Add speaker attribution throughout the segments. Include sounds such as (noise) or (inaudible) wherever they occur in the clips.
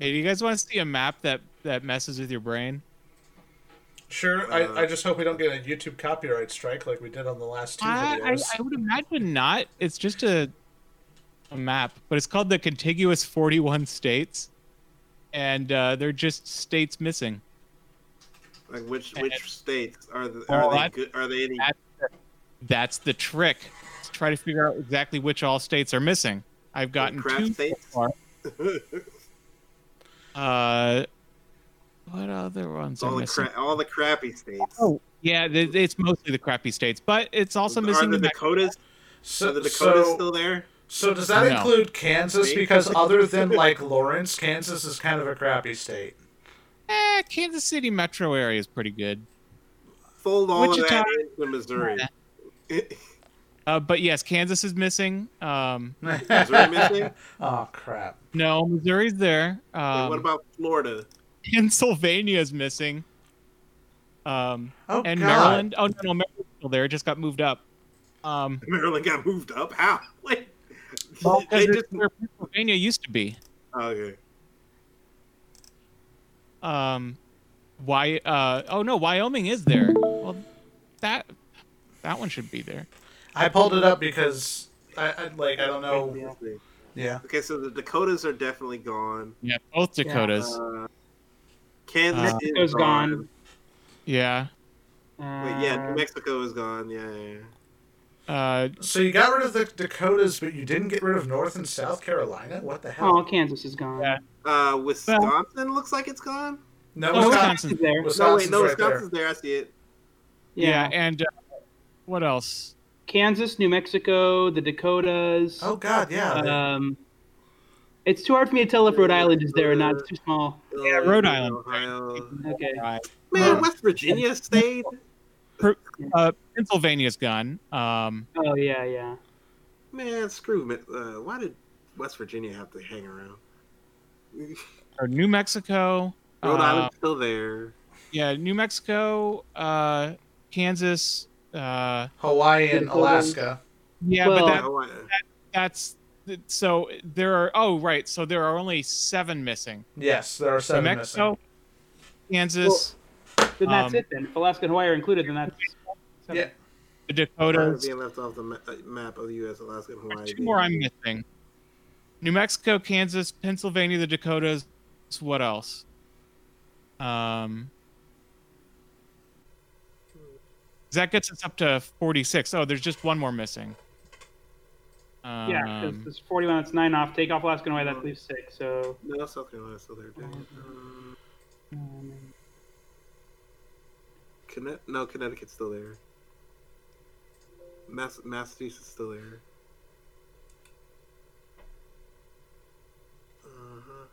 Speaker 1: do you guys want to see a map that that messes with your brain?
Speaker 2: Uh,
Speaker 3: Sure. I, I just hope we don't get a YouTube copyright strike like we did on the last two
Speaker 1: I, I,
Speaker 3: videos.
Speaker 1: I would imagine not. It's just a a map, but it's called the contiguous 41 states, and uh, they're just states missing.
Speaker 2: Like which which states are the,
Speaker 1: Well,
Speaker 2: are they
Speaker 1: that's-
Speaker 2: good, are they any?
Speaker 1: that's- That's the trick. To try to figure out exactly which all states are missing. I've gotten
Speaker 2: craft
Speaker 1: two so
Speaker 2: states? (laughs)
Speaker 1: far. Uh, what other ones
Speaker 2: all
Speaker 1: are
Speaker 2: the
Speaker 1: missing?
Speaker 2: cra- all the crappy states.
Speaker 1: Oh, yeah, th- it's mostly the crappy states, but it's also
Speaker 2: are
Speaker 1: missing
Speaker 2: the
Speaker 1: the
Speaker 2: Dakotas? Are
Speaker 3: so,
Speaker 2: the Dakotas
Speaker 3: so,
Speaker 2: still there?
Speaker 3: so does that
Speaker 1: No.
Speaker 3: include Kansas?
Speaker 2: Me?
Speaker 3: Because other than like Lawrence, Kansas is kind of a crappy state.
Speaker 1: Eh, Kansas City metro area is pretty good.
Speaker 2: Fold all
Speaker 1: Wichita-
Speaker 2: of that into Missouri. (laughs)
Speaker 1: Uh, but yes, Kansas is missing. Um,
Speaker 2: Missouri missing? Wait,
Speaker 3: (laughs) Oh crap!
Speaker 1: no, Missouri's there. Um,
Speaker 2: what about Florida?
Speaker 1: (laughs)
Speaker 2: (laughs)
Speaker 1: Pennsylvania's missing. Um,
Speaker 3: Oh
Speaker 1: and
Speaker 3: God.
Speaker 1: Maryland. Oh no, no, Maryland's still there. It just got moved up. Um,
Speaker 2: Maryland got moved up. How? (laughs) Like
Speaker 1: well,
Speaker 2: they
Speaker 1: 'cause
Speaker 2: just oh,
Speaker 1: it's where Pennsylvania used to be.
Speaker 2: okay.
Speaker 1: Um, why? Uh, oh no, Wyoming is there. Well, that that one should be there.
Speaker 3: I pulled it up because I, I like I don't know. Yeah.
Speaker 2: Okay, so the Dakotas are definitely gone.
Speaker 1: Yeah, both Dakotas.
Speaker 2: Uh, Kansas
Speaker 1: Uh,
Speaker 2: is
Speaker 4: Mexico's
Speaker 2: gone.
Speaker 4: gone. Uh,
Speaker 1: Yeah.
Speaker 2: Wait, yeah,
Speaker 3: Uh,
Speaker 2: New Mexico is gone. Yeah, yeah, yeah.
Speaker 1: Uh,
Speaker 3: So you got rid of the Dakotas, but you didn't get rid of North and South Carolina. What the hell?
Speaker 4: Oh, Kansas is gone.
Speaker 1: Yeah.
Speaker 2: Uh, Wisconsin looks like it's gone.
Speaker 3: No,
Speaker 1: Oh,
Speaker 3: Wisconsin.
Speaker 1: Wisconsin's
Speaker 4: there.
Speaker 2: No,
Speaker 3: Wisconsin's
Speaker 2: wait, no,
Speaker 3: right there.
Speaker 2: Wisconsin's there. I see it.
Speaker 1: yeah.
Speaker 4: Yeah.
Speaker 1: and uh, what else?
Speaker 4: Kansas, New Mexico, the Dakotas.
Speaker 3: Oh God, yeah.
Speaker 1: Uh,
Speaker 4: Um, it's too hard for me to tell if Rhode Island is there or not. It's too small.
Speaker 1: Yeah, Rhode Island.
Speaker 2: Ohio.
Speaker 4: Okay.
Speaker 1: Right.
Speaker 2: Man, West Virginia stayed.
Speaker 1: Uh, Pennsylvania's gone. Um,
Speaker 4: Oh yeah, yeah.
Speaker 2: Man, screw. Mi- Uh, why did West Virginia have to hang around?
Speaker 1: Uh,
Speaker 2: Rhode
Speaker 1: or New Mexico. uh,
Speaker 2: Island's still there.
Speaker 1: Yeah, New Mexico, uh, Kansas. Uh,
Speaker 3: Hawaii and
Speaker 4: Dakotas.
Speaker 3: Alaska.
Speaker 1: yeah, but
Speaker 4: Well-
Speaker 1: that,
Speaker 2: Hawaii.
Speaker 1: that's so there are. Oh, right. So there are only seven missing.
Speaker 3: Yes, there are
Speaker 1: New
Speaker 3: seven
Speaker 1: Mexico,
Speaker 3: missing.
Speaker 1: Kansas,
Speaker 4: Then that's
Speaker 1: Um,
Speaker 4: it. Then if Alaska and Hawaii are included, then that's
Speaker 3: Yeah.
Speaker 1: the
Speaker 2: Florida
Speaker 1: Dakotas.
Speaker 2: being left off the ma- uh, map of the U.S., Alaska, and Hawaii.
Speaker 1: There's two more I'm missing. New Mexico, Kansas, Pennsylvania, the Dakotas. What else? Um, that gets us up to 46. Oh, there's just one more missing. Um,
Speaker 4: yeah. Because it's forty-one. It's nine off. Take off Alaska and Hawaii. That leaves six. So
Speaker 2: No, South Carolina's still there. Dang it.
Speaker 1: Oh.
Speaker 2: Um,
Speaker 4: um,
Speaker 2: Conne- no, Connecticut's still there. Mass- Massachusetts still there. Uh-huh.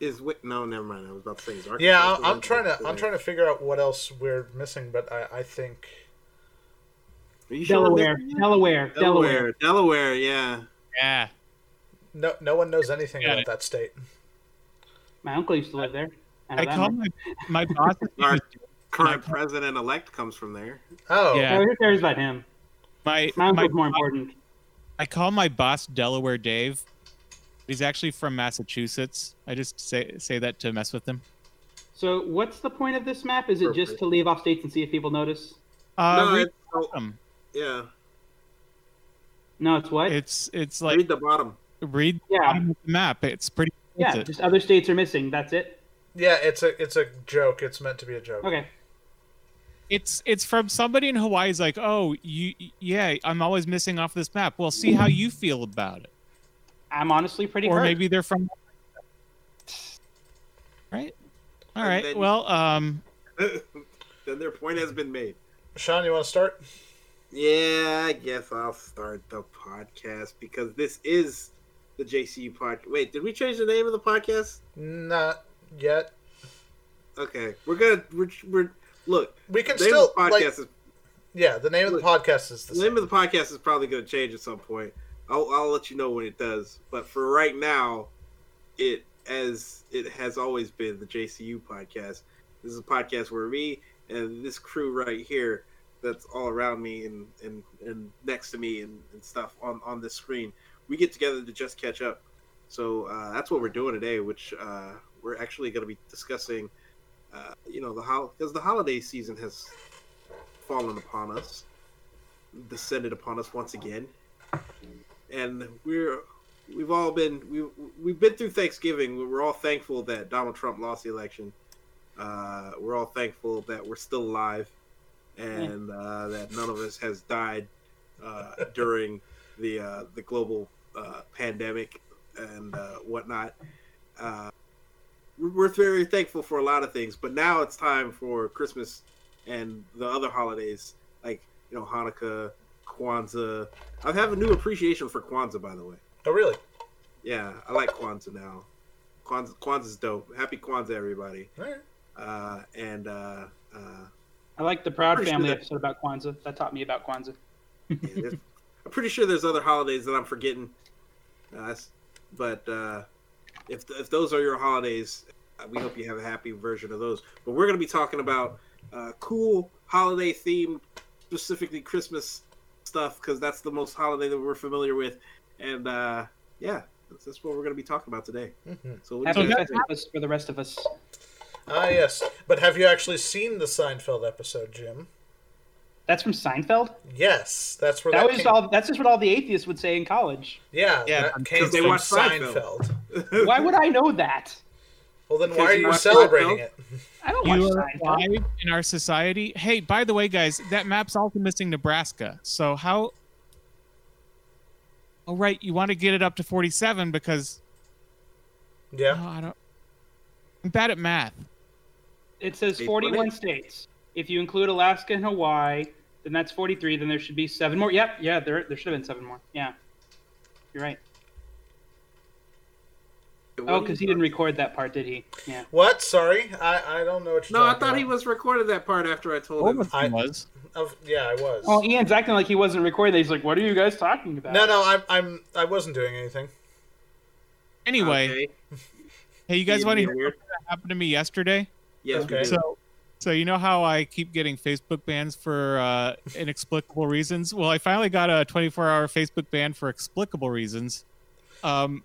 Speaker 2: Is Wick? No, never mind. I was about to say. Is Arkansas
Speaker 3: Yeah,
Speaker 2: still
Speaker 3: I- I'm
Speaker 2: there?
Speaker 3: trying to
Speaker 2: Still
Speaker 3: I'm
Speaker 2: there.
Speaker 3: trying to figure out what else we're missing, but I, I think
Speaker 2: Are you sure we're
Speaker 4: Delaware,
Speaker 2: missing it?
Speaker 4: Delaware, Delaware.
Speaker 2: Delaware, Delaware. Yeah.
Speaker 1: yeah.
Speaker 3: no no one knows anything
Speaker 1: Got
Speaker 3: about
Speaker 1: it.
Speaker 3: that state.
Speaker 4: My uncle used to live there. know
Speaker 1: I
Speaker 4: that
Speaker 1: called
Speaker 4: much.
Speaker 1: my, my boss.
Speaker 4: (laughs)
Speaker 2: Our current
Speaker 1: Yeah.
Speaker 2: president elect comes from there.
Speaker 3: Oh,
Speaker 1: Yeah.
Speaker 4: Oh, who cares about him?
Speaker 1: My,
Speaker 4: My
Speaker 1: my
Speaker 4: uncle's more important.
Speaker 1: I call my boss Delaware Dave. He's actually from Massachusetts. I just say say that to mess with him.
Speaker 4: So what's the point of this map? Is it just
Speaker 2: Perfect.
Speaker 4: to leave off states and see if people notice?
Speaker 1: Uh,
Speaker 2: No,
Speaker 1: read
Speaker 2: it's- oh,
Speaker 1: them.
Speaker 2: yeah.
Speaker 4: No, it's what?
Speaker 1: It's it's like
Speaker 2: Read the bottom. (laughs)
Speaker 1: read the
Speaker 4: yeah,
Speaker 1: bottom of the map. It's pretty.
Speaker 4: yeah.
Speaker 1: explicit.
Speaker 4: Just other states are missing. That's it.
Speaker 3: yeah, it's a it's a joke. It's meant to be a joke.
Speaker 4: Okay.
Speaker 1: It's it's from somebody in Hawaii. Is like, oh, you yeah, I'm always missing off this map. Well, see how you feel about it.
Speaker 4: I'm honestly pretty
Speaker 1: Or
Speaker 4: hurt.
Speaker 1: maybe they're from. Right. All
Speaker 2: And
Speaker 1: right.
Speaker 2: then-
Speaker 1: well, um,
Speaker 2: then their point has been made.
Speaker 3: Sean, you want to start?
Speaker 2: Yeah, I guess I'll start the podcast because this is the JCU podcast. Wait, did we change the name of the podcast?
Speaker 3: Not yet.
Speaker 2: Okay, we're gonna we're, we're look.
Speaker 3: We can
Speaker 2: The name
Speaker 3: still
Speaker 2: of the podcast
Speaker 3: like,
Speaker 2: is
Speaker 3: yeah. The name of the podcast is the
Speaker 2: the name
Speaker 3: same.
Speaker 2: of the podcast is probably gonna change at some point. I'll I'll let you know when it does. But for right now, it as it has always been the JCU podcast. This is a podcast where me and this crew right here that's all around me and and, and next to me and, and stuff on on this screen. We get together to just catch up. So uh, that's what we're doing today, which uh, we're actually going to be discussing. Uh, you know, the hol because the holiday season has fallen upon us, descended upon us once again, and we're we've all been we we've been through Thanksgiving. We We're all thankful that Donald Trump lost the election. Uh, we're all thankful that we're still alive, and uh, that none of us has died uh, during the uh, the global uh, pandemic and uh, whatnot. Uh, we're- we're very thankful for a lot of things, but now it's time for Christmas and the other holidays like you know Hanukkah, Kwanzaa. I have a new appreciation for Kwanzaa, by the way.
Speaker 3: Oh, really?
Speaker 2: Yeah, I like Kwanzaa now. Kwanzaa, Kwanzaa's dope. Happy Kwanzaa, everybody.
Speaker 3: All right.
Speaker 2: Uh, and uh, uh,
Speaker 4: I like the Proud
Speaker 2: Pretty sure
Speaker 4: Family
Speaker 2: that-
Speaker 4: episode about Kwanzaa. That taught me about Kwanzaa.
Speaker 2: yeah, there's- I'm pretty sure there's other holidays that I'm forgetting. Uh, that's- but uh, if if those are your holidays, uh, we hope you have a happy version of those. But we're going to be talking about uh, cool holiday themed, specifically Christmas stuff, because that's the most holiday that we're familiar with. And uh, yeah, that's, that's what we're going to be talking about today.
Speaker 1: Mm-hmm.
Speaker 3: Mhm.
Speaker 2: So, what do
Speaker 4: Happy
Speaker 2: you guys think?
Speaker 4: Christmas for the rest of us.
Speaker 3: Ah, yes. But have you actually seen the Seinfeld episode, Jim?
Speaker 4: That's from Seinfeld.
Speaker 3: Yes, that's where that,
Speaker 4: That was
Speaker 3: came.
Speaker 4: all. That's just what all the atheists would say in college.
Speaker 3: Yeah,
Speaker 1: Yeah,
Speaker 3: that came
Speaker 2: because they
Speaker 3: from
Speaker 2: watch Seinfeld.
Speaker 3: Seinfeld.
Speaker 4: Why would I know that?
Speaker 3: Well, then
Speaker 2: Because
Speaker 3: why are
Speaker 2: you
Speaker 3: you
Speaker 2: watch
Speaker 3: celebrating
Speaker 2: Seinfeld?
Speaker 3: it?
Speaker 4: I don't watch
Speaker 1: You are
Speaker 4: Seinfeld.
Speaker 1: alive in our society. Hey, by the way, guys, that map's also missing Nebraska. So how? Oh right, you want to get it up to forty-seven because oh,
Speaker 3: Yeah.
Speaker 1: I don't. I'm bad at math.
Speaker 4: It says
Speaker 2: They put
Speaker 4: 41
Speaker 2: it-
Speaker 4: states. If you include Alaska and Hawaii, then that's 43. Then there should be seven more. Yep. Yeah. There, there should have been seven more. Yeah. You're right. Oh, because he didn't record that part, did he? Yeah.
Speaker 3: What? Sorry, I, I don't know what you're
Speaker 2: No, I
Speaker 3: talking
Speaker 2: thought he
Speaker 3: about.
Speaker 2: was recording that part after I told him.
Speaker 3: I-
Speaker 1: was.
Speaker 3: Of, yeah, I was.
Speaker 4: Well, Ian's acting like he wasn't recording. that. He's like, "What are you guys talking about?"
Speaker 3: no, no, I'm, I'm, I wasn't doing anything.
Speaker 1: Anyway,
Speaker 2: Okay.
Speaker 1: hey, you guys
Speaker 2: Yeah,
Speaker 1: want to
Speaker 2: yeah,
Speaker 1: hear
Speaker 2: weird.
Speaker 1: what happened to me yesterday?
Speaker 2: Yes, we
Speaker 3: Okay.
Speaker 2: do.
Speaker 1: So, so you know how I keep getting Facebook bans for uh, inexplicable reasons? Well, I finally got a 24-hour Facebook ban for explicable reasons. Um,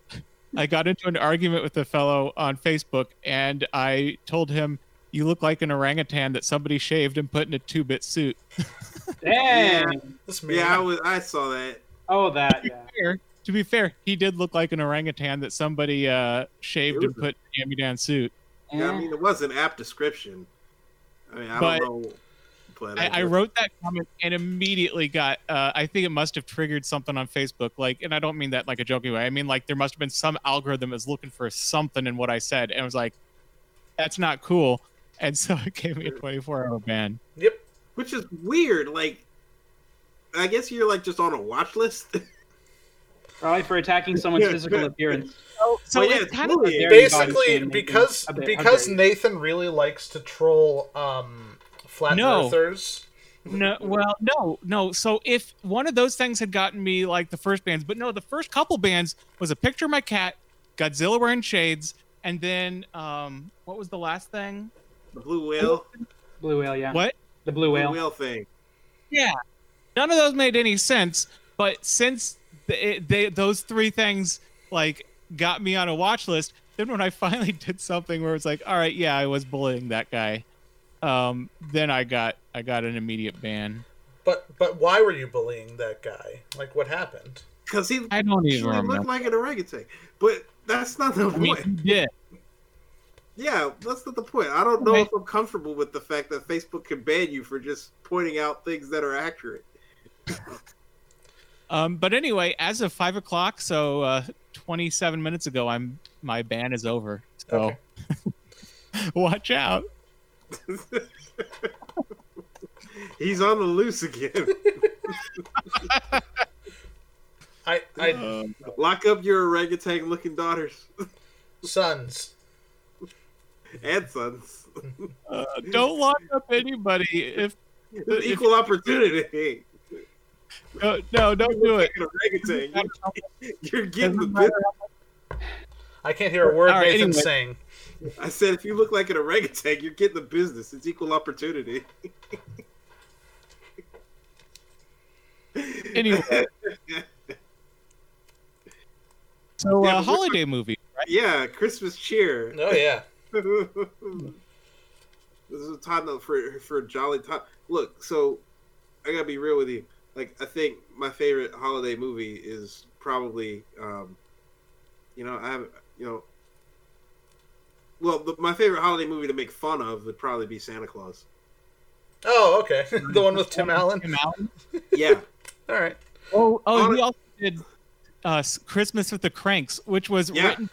Speaker 1: I got into an argument with a fellow on Facebook, and I told him, "You look like an orangutan that somebody shaved and put in a two-bit suit."
Speaker 4: Dang.
Speaker 3: This mean?
Speaker 2: yeah, I was. I saw that.
Speaker 4: Oh, that. Yeah.
Speaker 1: Fair. To be fair, he did look like an orangutan that somebody uh, shaved
Speaker 2: It
Speaker 1: and
Speaker 2: was
Speaker 1: put in a hand-me-down suit.
Speaker 2: Yeah, I mean, it was an apt description. I mean, I
Speaker 1: Eh. But-
Speaker 2: don't know. But
Speaker 1: I, I wrote that comment and immediately got. Uh, I think it must have triggered something on Facebook. Like, and I don't mean that like a joking way. I mean like there must have been some algorithm that's looking for something in what I said, and I was like, "That's not cool." And so (laughs) it gave me a 24-hour ban.
Speaker 3: Yep.
Speaker 2: which is weird. Like, I guess you're like just on a watch list. (laughs)
Speaker 4: Probably for attacking someone's physical appearance.
Speaker 1: So
Speaker 2: Well, yeah,
Speaker 1: it's
Speaker 2: it's
Speaker 1: kind
Speaker 2: really-
Speaker 4: Very body
Speaker 3: Basically,
Speaker 4: shaming.
Speaker 3: because
Speaker 4: How dare- how
Speaker 3: because
Speaker 4: dare you.
Speaker 3: Nathan really likes to troll um, flat
Speaker 1: No.
Speaker 3: earthers.
Speaker 1: of no. Well, no, no. So if one of those things had gotten me like the first bands, but no, the first couple bands was a picture of my cat, Godzilla wearing shades, and then um, what was the last thing?
Speaker 2: the blue whale,
Speaker 4: Blue whale. Yeah.
Speaker 1: What?
Speaker 4: The blue
Speaker 2: blue
Speaker 4: whale.
Speaker 2: whale thing.
Speaker 1: none of those made any sense but since they, they those three things like got me on a watch list then when i (laughs) finally did something where it's like all right yeah i was bullying that guy um then i got i got an immediate ban
Speaker 3: But but why were you bullying that guy? Like what happened?
Speaker 2: Because he
Speaker 1: i don't even
Speaker 2: actually
Speaker 1: remember
Speaker 2: looked like an orangutan. But that's not the
Speaker 1: i mean
Speaker 2: point.
Speaker 1: you did
Speaker 2: Yeah, that's not the point. I don't know
Speaker 1: Okay.
Speaker 2: if I'm comfortable with the fact that Facebook can ban you for just pointing out things that are accurate. (laughs)
Speaker 1: um but anyway as of five o'clock so uh 27 minutes ago i'm my ban is over so
Speaker 3: Okay.
Speaker 1: (laughs) watch out
Speaker 2: He's on the loose again.
Speaker 1: (laughs)
Speaker 3: I I
Speaker 1: Um,
Speaker 2: Lock up your orangutan looking daughters
Speaker 3: sons.
Speaker 2: and sons.
Speaker 1: uh, (laughs) don't lock up anybody if
Speaker 2: It's equal opportunity. (laughs)
Speaker 1: no no don't do it
Speaker 2: You're getting an orangutan. You're- You're getting the
Speaker 1: Doesn't matter
Speaker 2: business.
Speaker 3: I can't hear a word
Speaker 1: All right,
Speaker 3: Nathan's
Speaker 1: anyway.
Speaker 3: saying.
Speaker 2: I said, if you look like an orangutan, you're getting the business. It's equal opportunity. (laughs)
Speaker 1: Anyway. So,
Speaker 2: Yeah,
Speaker 1: uh,
Speaker 2: but-
Speaker 1: holiday movie, right?
Speaker 2: yeah, Christmas cheer.
Speaker 3: Oh yeah.
Speaker 2: (laughs) this is a time though for for a jolly time. Look, so I gotta be real with you. Like, I think my favorite holiday movie is probably, um, you know, I have, you know, well, the, my favorite holiday movie to make fun of would probably be Santa Claus.
Speaker 3: Oh okay. (laughs) the one with Tim Allen.
Speaker 1: Tim Allen.
Speaker 2: Yeah,
Speaker 3: All right.
Speaker 1: Oh, oh,
Speaker 2: Hon-
Speaker 1: we also did uh, S- Christmas with the Cranks, which was
Speaker 2: Yeah.
Speaker 1: written.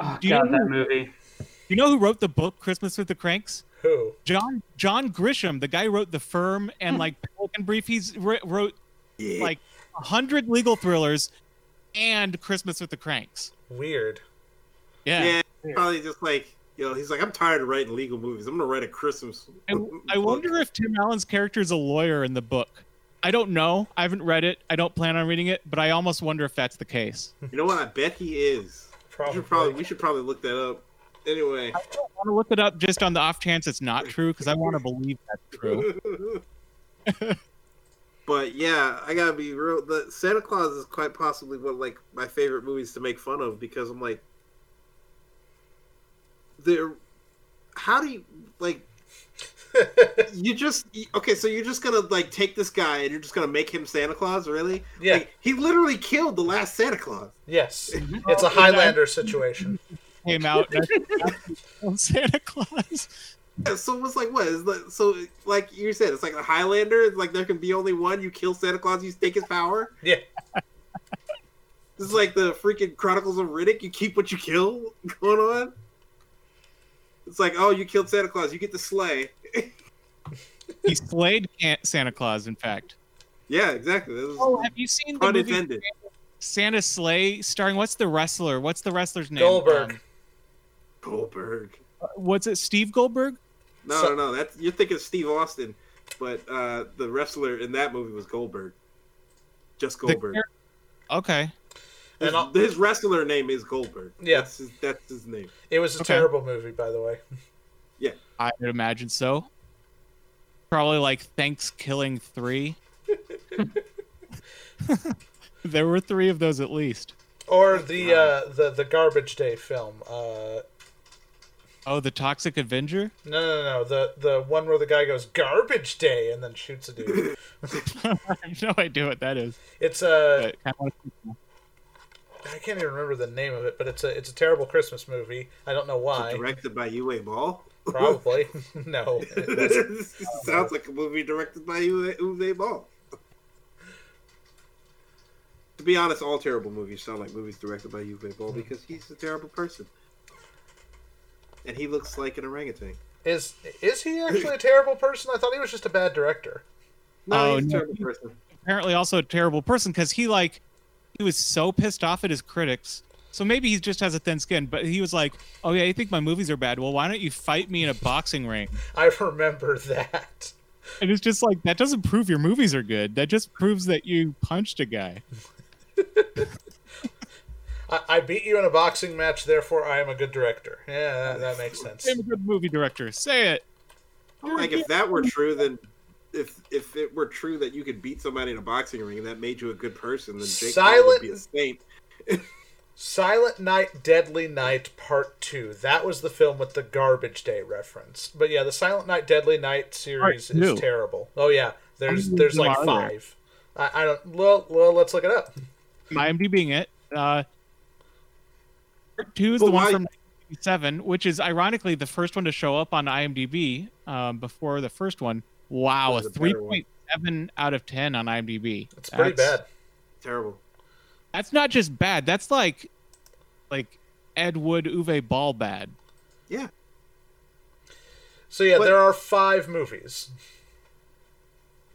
Speaker 4: Oh,
Speaker 1: Do you
Speaker 4: God,
Speaker 1: know-
Speaker 4: that movie.
Speaker 1: You know who wrote the book Christmas with the Cranks?
Speaker 3: Who?
Speaker 1: John John Grisham, the guy who wrote The Firm and like Pelican Brief. He's wr- wrote
Speaker 2: yeah.
Speaker 1: Like- a hundred legal thrillers and Christmas with the Cranks.
Speaker 3: Weird.
Speaker 1: Yeah.
Speaker 2: yeah, probably just like you know, he's like, I'm tired of writing legal movies. I'm gonna write a Christmas.
Speaker 1: I, I wonder if Tim Allen's character is a lawyer in the book. I don't know. I haven't read it. I don't plan on reading it, but I almost wonder if that's the case.
Speaker 2: you know what? I bet he is. We
Speaker 3: Probably.
Speaker 2: should probably we should probably look that up. Anyway.
Speaker 1: I don't want to look it up just on the off chance it's not true because I want to believe that's true.
Speaker 2: but yeah, I gotta be real. The Santa Claus is quite possibly one of, like my favorite movies to make fun of because I'm like, there. How do you like? You just you- okay? So you're just gonna like take this guy and you're just gonna make him Santa Claus? Really?
Speaker 3: (laughs) yeah.
Speaker 2: Like, he literally killed the last Santa Claus.
Speaker 3: Yes. It's a Highlander situation.
Speaker 1: Came out and- (laughs) Santa Claus.
Speaker 2: Yeah, so it's like what is the, so like you said it's like the Highlander. It's like there can be only one. You kill Santa Claus, you take his power.
Speaker 3: Yeah.
Speaker 2: (laughs) This is like the freaking Chronicles of Riddick. You keep what you kill (laughs) going on. It's like oh, you killed Santa Claus, you get the sleigh.
Speaker 1: He slayed Can- Santa Claus. In fact.
Speaker 2: Yeah, exactly. This is
Speaker 1: Oh, have you seen the
Speaker 2: pun
Speaker 1: movie
Speaker 2: intended.
Speaker 1: Santa Slay starring what's the wrestler? What's the wrestler's name?
Speaker 3: Goldberg.
Speaker 1: Um, uh,
Speaker 2: Goldberg.
Speaker 1: what's it? Steve Goldberg.
Speaker 2: No,
Speaker 3: So-
Speaker 2: no, no. That's you're thinking of Steve Austin, but uh, the wrestler in that movie was Goldberg. Just
Speaker 1: The
Speaker 2: Goldberg.
Speaker 1: char- okay.
Speaker 2: His,
Speaker 3: And I'll-
Speaker 2: his wrestler name is Goldberg.
Speaker 3: Yeah.
Speaker 2: that's his, that's his name.
Speaker 3: It was a
Speaker 1: Okay.
Speaker 3: terrible movie, by the way.
Speaker 1: I would imagine so. Probably like Thanksgiving three. there were three of those at least.
Speaker 3: Or the uh, the the Garbage Day film. Uh,
Speaker 1: Oh, the Toxic Avenger. (laughs)
Speaker 3: no, no, no. The the one where the guy goes Garbage Day and then shoots a dude.
Speaker 1: I have no idea what that is.
Speaker 3: It's a
Speaker 1: But I wanna-
Speaker 3: I can't even remember the name of it, but it's a it's a terrible Christmas movie. I don't know why.
Speaker 2: (laughs) Directed by
Speaker 1: (laughs)
Speaker 2: Uwe Ball.
Speaker 3: Probably (laughs) no.
Speaker 2: (laughs)
Speaker 3: That's-
Speaker 1: oh,
Speaker 2: Sounds like a movie directed by Uwe, Uwe Ball. (laughs) To be honest, all terrible movies sound like movies directed by Uwe Ball
Speaker 1: Hmm.
Speaker 2: because he's a terrible person, and he looks like an orangutan.
Speaker 3: (laughs) Is is he actually a terrible person? I thought he was just a bad director.
Speaker 2: No,
Speaker 1: Oh,
Speaker 2: he's a
Speaker 1: no.
Speaker 2: terrible
Speaker 1: (laughs)
Speaker 2: person.
Speaker 1: apparently also a terrible person because he like he was so pissed off at his critics. So maybe he just has a thin skin, but he was like, "Oh yeah, you think my movies are bad? Well, why don't you fight me in a boxing ring?"
Speaker 3: I remember (laughs) that.
Speaker 1: And it's just like that doesn't prove your movies are good. That just proves that you punched a guy.
Speaker 3: I, I beat you in a boxing match, therefore I am a good director. Yeah, that, that makes sense.
Speaker 1: I'm a good movie director. Say it.
Speaker 2: Like if that were true, then if if it were true that you could beat somebody in a boxing ring and that made you a good person, then Jake Paul would
Speaker 3: Silent-
Speaker 2: be a saint.
Speaker 3: Silent Night, Deadly Night Part 2. That was the film with the Garbage Day reference. But yeah, the Silent Night, Deadly Night series
Speaker 1: Part two.
Speaker 3: is terrible. Oh yeah, there's
Speaker 1: many
Speaker 3: there's
Speaker 1: of them
Speaker 3: like
Speaker 1: are there?
Speaker 3: five. I, I don't. Well, well, let's look it up.
Speaker 1: IMDbing it. Uh, part two is
Speaker 2: But
Speaker 1: the one
Speaker 2: why-
Speaker 1: from 1997, which is ironically the first one to show up on IMDb um, before the first one. Wow, a
Speaker 2: That was a better one.
Speaker 1: 3.7 out of 10 on IMDb.
Speaker 3: It's pretty
Speaker 1: That's-
Speaker 3: bad.
Speaker 2: Terrible.
Speaker 1: That's not just bad. That's like, like Ed Wood, Uwe Ball bad.
Speaker 3: So yeah,
Speaker 2: But-
Speaker 3: there are five movies.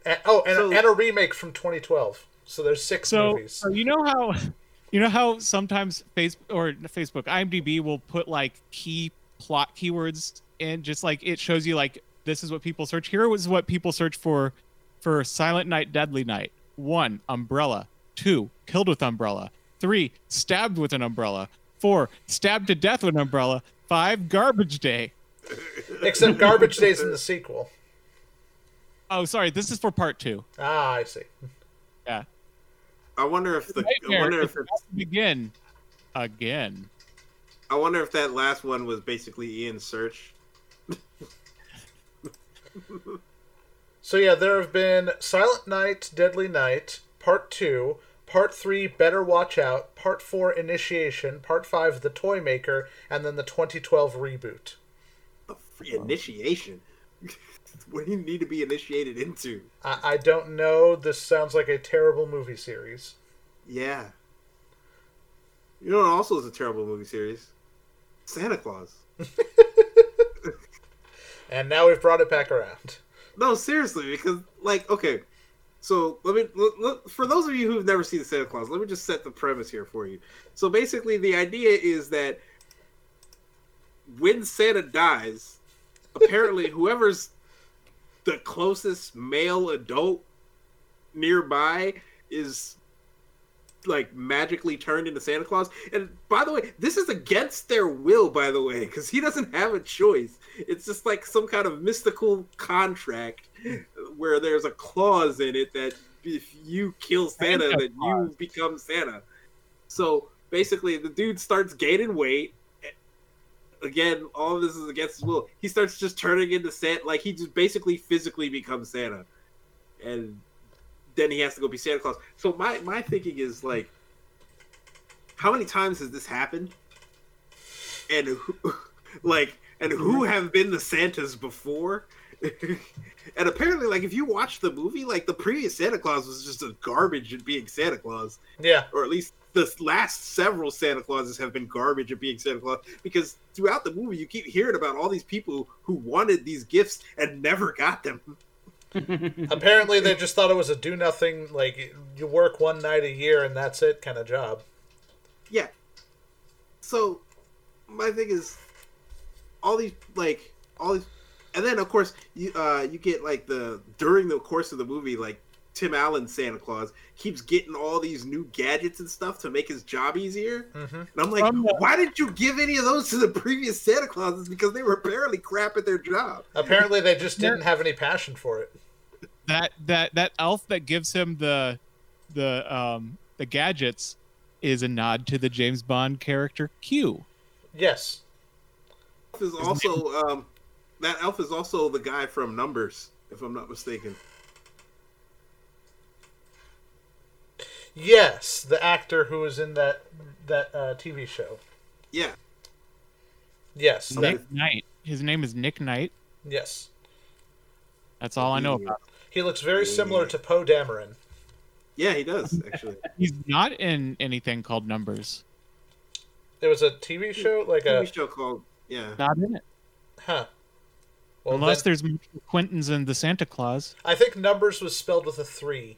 Speaker 3: And, oh, and,
Speaker 2: So-
Speaker 3: and a remake from 2012. So there's six
Speaker 1: So, uh,
Speaker 3: movies.
Speaker 1: so you know how, (laughs) you know how sometimes Facebook or not Facebook IMDb will put like key plot keywords and just like it shows you like this is what people search. Here was what people search for for Silent Night, Deadly Night. One, umbrella. Two, killed with umbrella. Three, stabbed with an umbrella. Four, stabbed to death with an umbrella. Five, garbage day. (laughs)
Speaker 3: Except Garbage Day's in the sequel.
Speaker 1: Oh, sorry, this is for part two.
Speaker 3: Ah, I see.
Speaker 1: Yeah.
Speaker 2: I wonder if the I
Speaker 1: Nightmare
Speaker 2: wonder
Speaker 1: is
Speaker 2: if it,
Speaker 1: about to begin again.
Speaker 2: I wonder if that last one was basically Ian's search.
Speaker 3: So yeah, there have been Silent Night, Deadly Night, Part Two, Part Three, Better Watch Out, Part Four, Initiation, Part Five, The Toy Maker, and then the 2012 reboot.
Speaker 2: The free initiation. (laughs) what do you need to be initiated into?
Speaker 3: I, I don't know. This sounds like a terrible movie series.
Speaker 2: Yeah. You know what also is a terrible movie series? Santa Claus.
Speaker 3: And now we've brought it back around.
Speaker 2: No, seriously, because like, okay, so let me let, let- for those of you who've never seen Santa Claus, let me just set the premise here for you. So basically, the idea is that when Santa dies, apparently (laughs) whoever's the closest male adult nearby is like magically turned into Santa Claus. And by the way, this is against their will, by the way, because he doesn't have a choice. It's just like some kind of mystical contract where there's a clause in it that if you kill Santa,
Speaker 1: Santa
Speaker 2: that you become Santa. So basically, the dude starts gaining weight. Again, all of this is against his will. He starts just turning into Santa, like he just basically physically becomes Santa, and then he has to go be Santa Claus. So my my thinking is like, how many times has this happened? And who, (laughs) like, and who have been the Santas before? (laughs) and apparently, like, if you watch the movie, like the previous Santa Claus was just a garbage at being Santa Claus,
Speaker 3: Yeah,
Speaker 2: or at least the last several Santa Clauses have been garbage at being Santa Claus because throughout the movie you keep hearing about all these people who wanted these gifts and never got them.
Speaker 3: apparently they just thought it was a do nothing like you work one night a year and that's it kind of job
Speaker 2: Yeah. So my thing is all these like all these and then of course you uh you get like the during the course of the movie like Tim Allen Santa Claus keeps getting all these new gadgets and stuff to make his job easier.
Speaker 3: mm-hmm.
Speaker 2: And I'm like,
Speaker 1: From the-
Speaker 2: why didn't you give any of those to the previous Santa Clauses? Because they were apparently crap at their job.
Speaker 3: apparently they just didn't have any passion for it
Speaker 1: That that that elf that gives him the the um the gadgets is a nod to the James Bond character Q.
Speaker 3: yes
Speaker 2: Elf is also um that elf is also the guy from Numbers, if I'm not mistaken.
Speaker 3: yes the actor who was in that that uh, tv show
Speaker 2: Yeah.
Speaker 3: yes that,
Speaker 1: Nick Knight. His name is Nick Knight.
Speaker 3: yes
Speaker 1: That's all I know about.
Speaker 3: he looks very similar to poe dameron
Speaker 2: Yeah, he does actually.
Speaker 1: him. He's not in anything called Numbers.
Speaker 3: it was a tv show like a
Speaker 2: TV show called yeah.
Speaker 1: Not in it.
Speaker 3: huh well
Speaker 1: Unless
Speaker 3: then,
Speaker 1: there's Mitchell Quintons in the Santa Claus.
Speaker 3: i think numbers was spelled with a three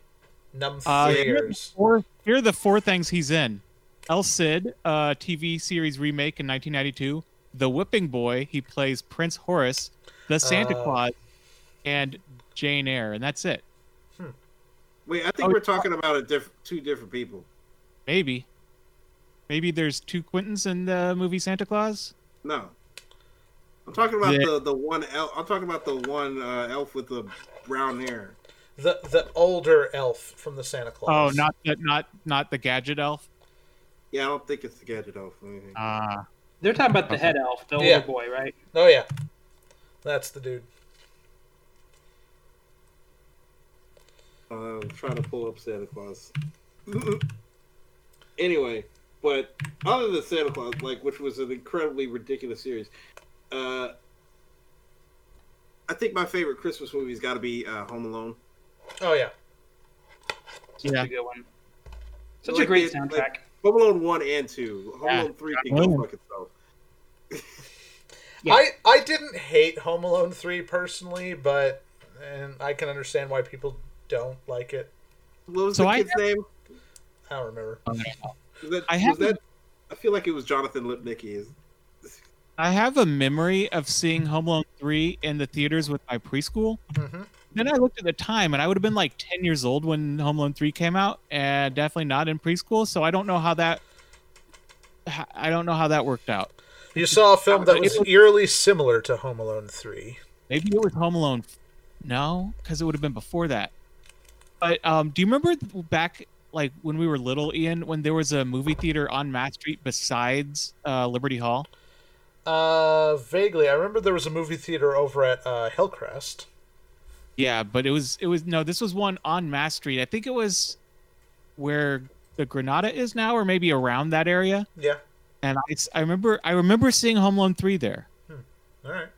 Speaker 3: num
Speaker 1: Uh,
Speaker 3: threeers
Speaker 1: Or here are the four things he's in: El Cid, uh, TV series remake in 1992; The Whipping Boy, he plays Prince Horace; The Santa
Speaker 3: Uh.
Speaker 1: Claus, and Jane Eyre, and that's it.
Speaker 2: Wait, I
Speaker 1: Oh,
Speaker 2: think we're talking about a diff- two different people.
Speaker 1: Maybe, maybe there's two Quintins in the movie Santa Claus.
Speaker 2: No, I'm talking about
Speaker 1: Yeah.
Speaker 2: the the one. El- I'm talking about the one uh, elf with the brown hair.
Speaker 3: the the older elf from the santa
Speaker 1: Oh,
Speaker 3: claus
Speaker 1: not the, not not the gadget elf.
Speaker 2: Yeah, I don't think it's the gadget elf. or anything.
Speaker 1: Ah,
Speaker 4: (laughs) They're talking about the head elf, the older
Speaker 3: Yeah.
Speaker 4: boy, right?
Speaker 3: oh yeah that's the dude
Speaker 2: Uh, I'm trying to pull up Santa Claus. (laughs) anyway, but other than Santa Claus, like which was an incredibly ridiculous series, uh, I think my favorite Christmas movie's got to be uh, Home Alone.
Speaker 3: oh yeah
Speaker 4: Such
Speaker 1: Yeah.
Speaker 4: a good one. Such
Speaker 2: Like
Speaker 4: a great
Speaker 2: they- like-
Speaker 4: soundtrack.
Speaker 2: Home Alone one and two. Home
Speaker 4: Yeah.
Speaker 2: Alone three can go
Speaker 1: Alone.
Speaker 2: fuck itself.
Speaker 4: Yeah.
Speaker 3: I, I didn't hate Home Alone 3 personally, but and I can understand why people don't like it.
Speaker 2: What was
Speaker 1: So
Speaker 2: the
Speaker 1: I
Speaker 2: kid's name?
Speaker 3: I don't remember.
Speaker 2: Was that,
Speaker 1: I
Speaker 2: was
Speaker 1: haven't-
Speaker 2: that- I feel like it was Jonathan Lipnicki. Is-
Speaker 1: I have a memory of seeing Home Alone three in the theaters with my preschool.
Speaker 3: hmm
Speaker 1: Then I looked at the time, and I would have been like ten years old when Home Alone three came out, and definitely not in preschool. So I don't know how that. h- I don't know how that worked out.
Speaker 3: You saw a film that was eerily similar to Home Alone 3.
Speaker 1: Maybe it was Home Alone. f- No, because it would have been before that. But um, do you remember back like when we were little, Ian, when there was a movie theater on Matt Street besides uh, Liberty Hall?
Speaker 3: Uh, vaguely, I remember there was a movie theater over at uh, Hillcrest.
Speaker 1: Yeah, but it was it was no, this was one on Mass Street. I think it was where the Granada is now, or maybe around that area.
Speaker 3: Yeah.
Speaker 1: And I, I remember I remember seeing Home Alone three there.
Speaker 3: All right.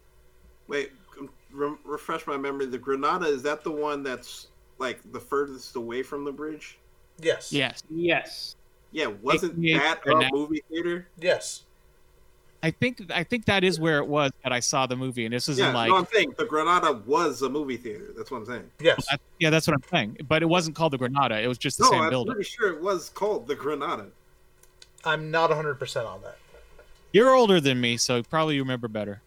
Speaker 2: Wait, um, re- refresh my memory. The Granada is that the one that's like the furthest away from the bridge?
Speaker 3: Yes.
Speaker 1: Yes,
Speaker 4: Yes.
Speaker 2: Yeah, wasn't
Speaker 1: Yeah,
Speaker 2: that a
Speaker 1: Granada.
Speaker 2: movie theater?
Speaker 3: Yes.
Speaker 1: I think I think that is where it was that I saw the movie, and this isn't
Speaker 2: Yeah,
Speaker 1: like
Speaker 2: no, I'm saying the Granada was a movie theater. That's what I'm saying.
Speaker 3: Yes.
Speaker 1: I- yeah, that's what I'm saying. But it wasn't called the Granada; it was just the
Speaker 2: No,
Speaker 1: same
Speaker 2: I'm
Speaker 1: building.
Speaker 2: pretty sure it was called the Granada.
Speaker 3: I'm not 100% on that.
Speaker 1: You're older than me, so probably you remember better.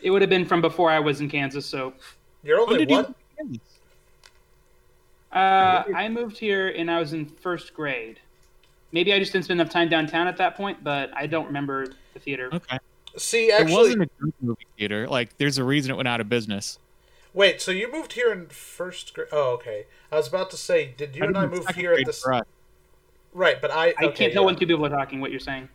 Speaker 4: It would have been from before I was in Kansas. So
Speaker 3: You're
Speaker 1: When
Speaker 3: only
Speaker 1: did you-
Speaker 3: one?
Speaker 4: uh, I moved here and I was in first grade. Maybe I just didn't spend enough time downtown at that point, but I don't remember the theater.
Speaker 1: Okay,
Speaker 3: See,
Speaker 1: it
Speaker 3: actually.
Speaker 1: wasn't a good movie theater. Like, there's a reason it went out of business.
Speaker 3: Wait, so you moved here in first grade? Oh, okay. I was about to say, did you and I
Speaker 1: think
Speaker 3: move
Speaker 1: second
Speaker 3: here at
Speaker 1: grade
Speaker 3: this?
Speaker 1: for uh, us.
Speaker 3: Right, but I.
Speaker 4: I
Speaker 3: okay,
Speaker 4: can't tell
Speaker 3: yeah.
Speaker 4: when two people are talking. What you're saying?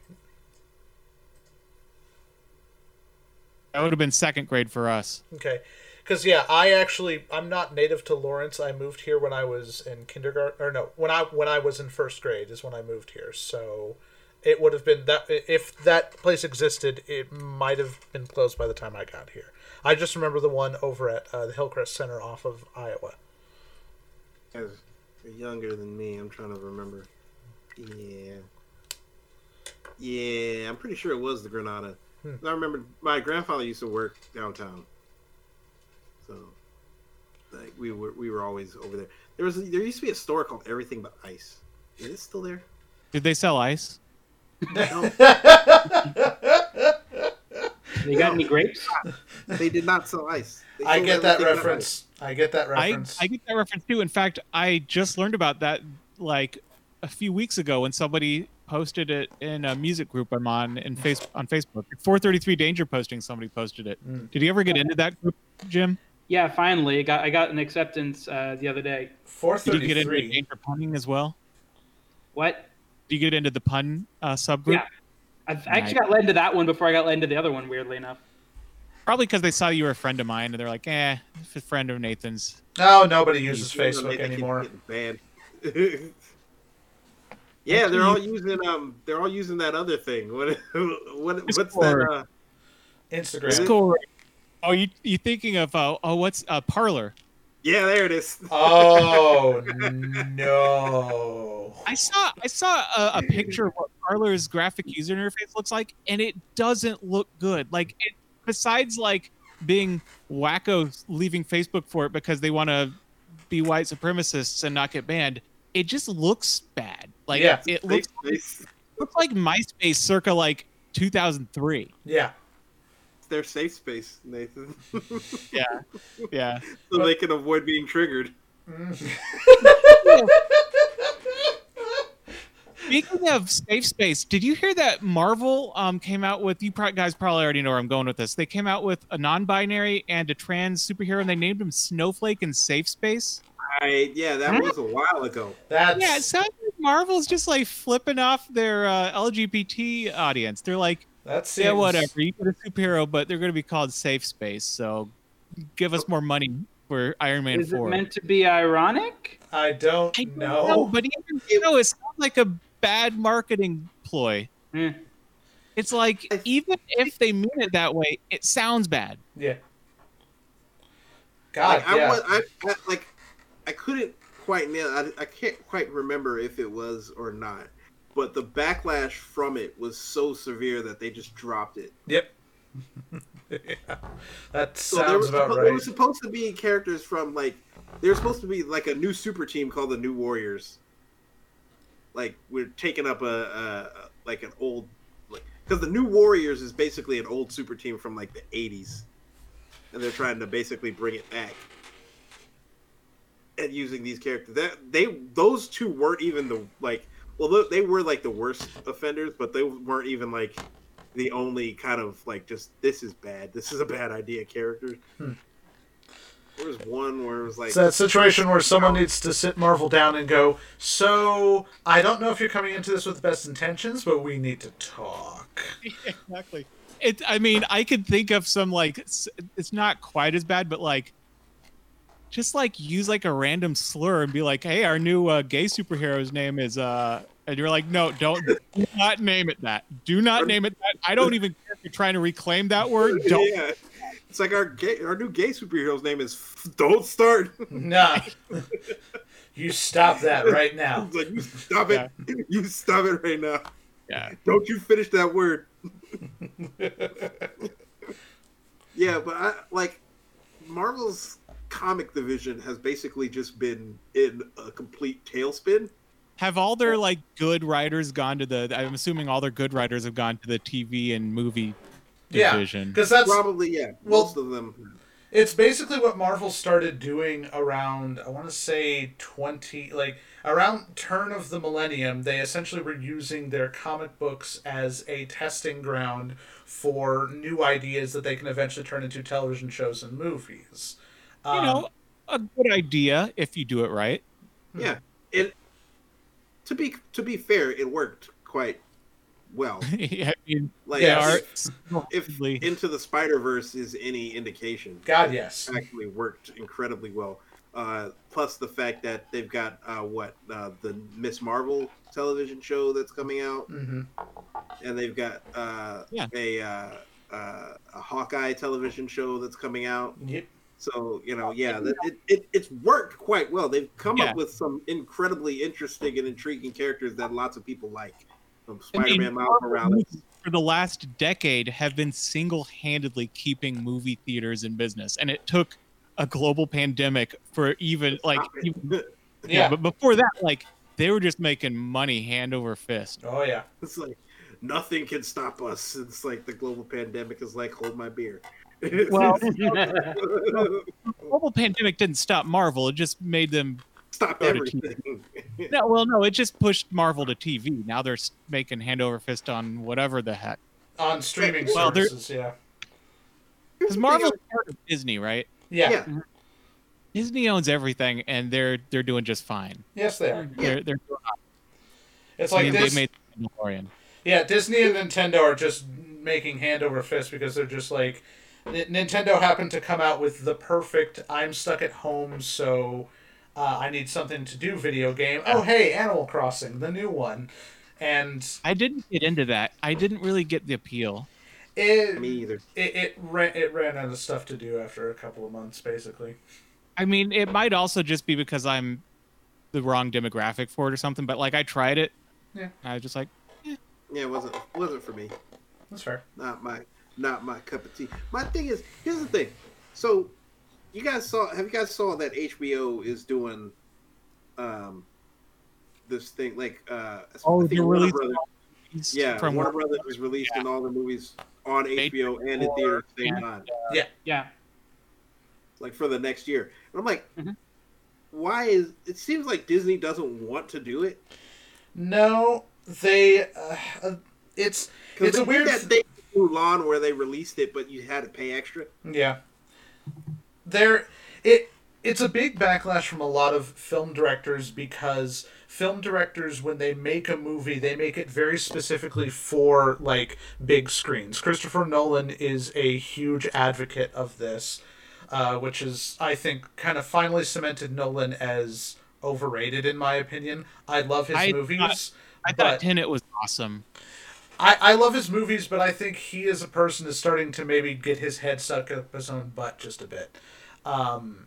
Speaker 1: That would have been second grade for us.
Speaker 3: Okay. Because yeah, I actually I'm not native to Lawrence. I moved here when I was in kindergarten, or no, when I when I was in first grade is when I moved here. So it would have been that if that place existed, it might have been closed by the time I got here. I just remember the one over at uh, the Hillcrest Center off of Iowa.
Speaker 2: Guys, you're younger than me. I'm trying to remember. Yeah. Yeah, I'm pretty sure it was the Granada.
Speaker 3: Hmm.
Speaker 2: I remember my grandfather used to work downtown. So like we were we were always over there. There was there used to be a store called Everything But Ice. Is it
Speaker 3: (laughs)
Speaker 2: still there?
Speaker 1: Did they sell ice?
Speaker 2: No,
Speaker 4: They got any grapes?
Speaker 2: they did not sell ice. They
Speaker 3: I
Speaker 2: sold
Speaker 3: get that
Speaker 2: everything but
Speaker 3: reference. I get that
Speaker 1: I,
Speaker 3: reference.
Speaker 1: I get that reference too. In fact, I just learned about that like a few weeks ago when somebody posted it in a music group I'm on in face on Facebook. 433 Danger posting. Somebody posted it.
Speaker 3: Mm.
Speaker 1: Did you ever get into that group, Jim?
Speaker 4: Yeah, finally, I got I got an acceptance uh, the other day.
Speaker 3: Four
Speaker 1: Did you get into
Speaker 3: thirty-three.
Speaker 1: danger punning as well?
Speaker 4: What?
Speaker 1: Do you get into the pun uh, subgroup?
Speaker 4: Yeah. I I actually got led into that one before I got led into the other one. Weirdly enough.
Speaker 1: Probably because they saw you were a friend of mine, and they're like, "Eh, if a friend of Nathan's."
Speaker 3: No, nobody uses
Speaker 2: Even though they
Speaker 3: Facebook
Speaker 2: think it's
Speaker 3: anymore.
Speaker 2: getting Banned. (laughs) yeah, they're all using um, they're all using that other thing. What, (laughs) what what's that?
Speaker 1: Discord.
Speaker 2: Uh,
Speaker 3: Instagram.
Speaker 2: Is it-
Speaker 1: Score. Oh, you you thinking of uh, oh what's uh, parlor?
Speaker 2: yeah, there it is.
Speaker 1: Uh,
Speaker 3: Oh no!
Speaker 1: I saw I saw a, a picture of what parlor's graphic user interface looks like, and it doesn't look good. Like it, besides like being wackos leaving Facebook for it because they want to be white supremacists and not get banned, it just looks bad. Like
Speaker 3: Yeah.
Speaker 1: it looks
Speaker 2: They- they-
Speaker 1: looks like MySpace circa like 2003.
Speaker 3: Yeah,
Speaker 2: it's their safe space, Nathan, (laughs) so
Speaker 1: Yeah.
Speaker 2: they can avoid being triggered.
Speaker 1: Speaking of safe space, did you hear that Marvel um, came out with? You pro- guys probably already know where I'm going with this. They came out with a non-binary and a trans superhero, and they named him Snowflake and Safe Space.
Speaker 2: I yeah,
Speaker 1: Hmm?
Speaker 2: that was a while ago.
Speaker 3: that's
Speaker 1: Yeah, it sounds like Marvel's just like flipping off their uh, LGBT audience. They're like,
Speaker 3: that seems.
Speaker 1: yeah, whatever, you get a superhero, but they're going to be called Safe Space. So give us more money for Iron Man
Speaker 4: Is it
Speaker 1: Four.
Speaker 4: meant to be (laughs) ironic?
Speaker 3: I don't
Speaker 1: I don't
Speaker 3: know.
Speaker 1: know, but even you know, it sounds like a bad marketing ploy.
Speaker 4: Hmm.
Speaker 1: It's like
Speaker 2: I-
Speaker 1: even if they mean it that way, it sounds bad.
Speaker 3: yeah. God,
Speaker 2: Like, I,
Speaker 3: yeah.
Speaker 2: was, I, I like I couldn't quite nail. I, I can't quite remember if it was or not. But the backlash from it was so severe that they just dropped it.
Speaker 3: Yep. (laughs) Yeah. That
Speaker 2: So there
Speaker 3: sounds
Speaker 2: was,
Speaker 3: about
Speaker 2: suppo- there
Speaker 3: right.
Speaker 2: was supposed to be characters from like there was supposed to be like a new super team called the New Warriors. Like we're taking up a, a, a like an old like because the New Warriors is basically an old super team from like the '80s, and they're trying to basically bring it back and using these characters. That they those two weren't even the like well they- they were like the worst offenders, but they weren't even like the only kind of like just this is bad, this is a bad idea character. There was one where it was like
Speaker 3: It's that situation where someone needs to sit Marvel down and go, So, I don't know if you're coming into this with the best intentions, but we need to talk.
Speaker 1: (laughs) exactly. It. I mean, I could think of some like s- it's not quite as bad, but like just like use like a random slur and be like, "Hey, our new uh, gay superhero's name is uh," and you're like, "No, don't, do not name it that. Do not name it that. I don't even care if you're trying to reclaim that word. Don't."
Speaker 2: (laughs) Yeah. It's like our gay, our new gay superhero's name is F- Don't Start. (laughs)
Speaker 3: Nah. (laughs) you stop that right now.
Speaker 2: It's (laughs) like you stop it, (laughs) you stop it right now.
Speaker 1: Yeah.
Speaker 2: Don't you finish that word? yeah, but I like Marvel's comic division has basically just been in a complete tailspin.
Speaker 1: Have all their like good writers gone to the? I'm assuming all their good writers have gone to the TV and movie
Speaker 3: Yeah.
Speaker 1: division.
Speaker 3: Because that's
Speaker 2: Probably, yeah.
Speaker 3: Well-
Speaker 2: most of them.
Speaker 3: it's basically what Marvel started doing around I want to say 20 like around turn of the millennium they essentially were using their comic books as a testing ground for new ideas that they can eventually turn into television shows and movies.
Speaker 2: Um,
Speaker 3: Um,
Speaker 1: you know, a good idea if you do it right. (laughs)
Speaker 2: Yeah. It to be to be fair, it worked quite well.
Speaker 1: I mean,
Speaker 2: Like
Speaker 1: they
Speaker 3: Yes.
Speaker 1: are.
Speaker 2: if Into the Spider Verse is any indication,
Speaker 3: God yes.
Speaker 2: it actually worked incredibly well. Uh, plus the fact that they've got uh, what uh, the Miss Marvel television show that's coming out,
Speaker 3: Mm-hmm.
Speaker 2: and they've got uh,
Speaker 1: Yeah.
Speaker 2: a, uh, uh, a Hawkeye television show that's coming out.
Speaker 3: Yep.
Speaker 2: So you know, yeah, that, it, it, it's worked quite well. They've come
Speaker 1: Yeah.
Speaker 2: up with some incredibly interesting and intriguing characters that lots of people like. From
Speaker 1: I mean,
Speaker 2: Spider-Man Miles Morales.
Speaker 1: for the last decade have been single-handedly keeping movie theaters in business and it took a global pandemic for even like even, yeah.
Speaker 3: Yeah.
Speaker 1: but before that like they were just making money hand over fist
Speaker 3: Oh yeah.
Speaker 2: It's like nothing can stop us. It's like the global pandemic is like hold my beer.
Speaker 1: (laughs) Well- global pandemic didn't stop marvel it just made them
Speaker 2: (laughs) stop
Speaker 1: Go to TV.
Speaker 2: everything.
Speaker 1: no well no it just pushed marvel to tv now they're s- making hand over fist on whatever the heck
Speaker 3: On streaming
Speaker 1: Well, there-
Speaker 3: services, yeah.
Speaker 1: because marvel's part of disney right
Speaker 3: yeah.
Speaker 2: (laughs) Yeah.
Speaker 1: disney owns everything and they're they're doing just fine
Speaker 3: Yes, they are.
Speaker 1: they're they're
Speaker 3: It's
Speaker 1: I
Speaker 3: like
Speaker 1: mean,
Speaker 3: this.
Speaker 1: they made Mandalorian.
Speaker 3: Yeah, Disney and Nintendo are just making hand over fist because they're just like N- Nintendo happened to come out with the perfect I'm stuck at home so uh, I need something to do video game. Oh hey, Animal Crossing, the new one. And
Speaker 1: I didn't get into that. I didn't really get the appeal.
Speaker 3: it
Speaker 2: Me either.
Speaker 3: it, it ran it ran out of stuff to do after a couple of months basically.
Speaker 1: I mean, it might also just be because I'm the wrong demographic for it or something, but like I tried it.
Speaker 3: Yeah.
Speaker 1: I was just like,
Speaker 2: Yeah, it wasn't wasn't for me.
Speaker 3: That's fair.
Speaker 2: Not my not my cup of tea. My thing is here's the thing. So you guys saw have you guys saw that HBO is doing um this thing like uh I
Speaker 1: Oh,
Speaker 2: think
Speaker 1: they're
Speaker 2: Warner
Speaker 1: releasing
Speaker 2: Brothers-
Speaker 1: "He's
Speaker 2: yeah
Speaker 1: from
Speaker 2: Warner
Speaker 1: where
Speaker 2: Brothers is releasing all the movies on HBO and in theaters at the same
Speaker 1: and,
Speaker 2: time.
Speaker 4: Yeah.
Speaker 2: like for the next year. And I'm like,
Speaker 1: Mm-hmm.
Speaker 4: Mhm.
Speaker 2: why is it seems like Disney doesn't want to do it
Speaker 3: No, they uh, uh, it's
Speaker 2: because
Speaker 3: it's
Speaker 2: they
Speaker 3: a
Speaker 2: weird
Speaker 3: weird
Speaker 2: that they Mulan where they released it, but you had to pay extra.
Speaker 3: Yeah. There it it's a big backlash from a lot of film directors because film directors when they make a movie they make it very specifically for like big screens. Christopher Nolan is a huge advocate of this. Uh, which is, I think, kind of finally cemented Nolan as overrated, in my opinion. I love his
Speaker 1: I
Speaker 3: movies.
Speaker 1: thought- I
Speaker 3: but-
Speaker 1: thought Tenet was awesome.
Speaker 3: I, I love his movies, but I think he as a person is starting to maybe get his head stuck up his own butt just a bit. Um,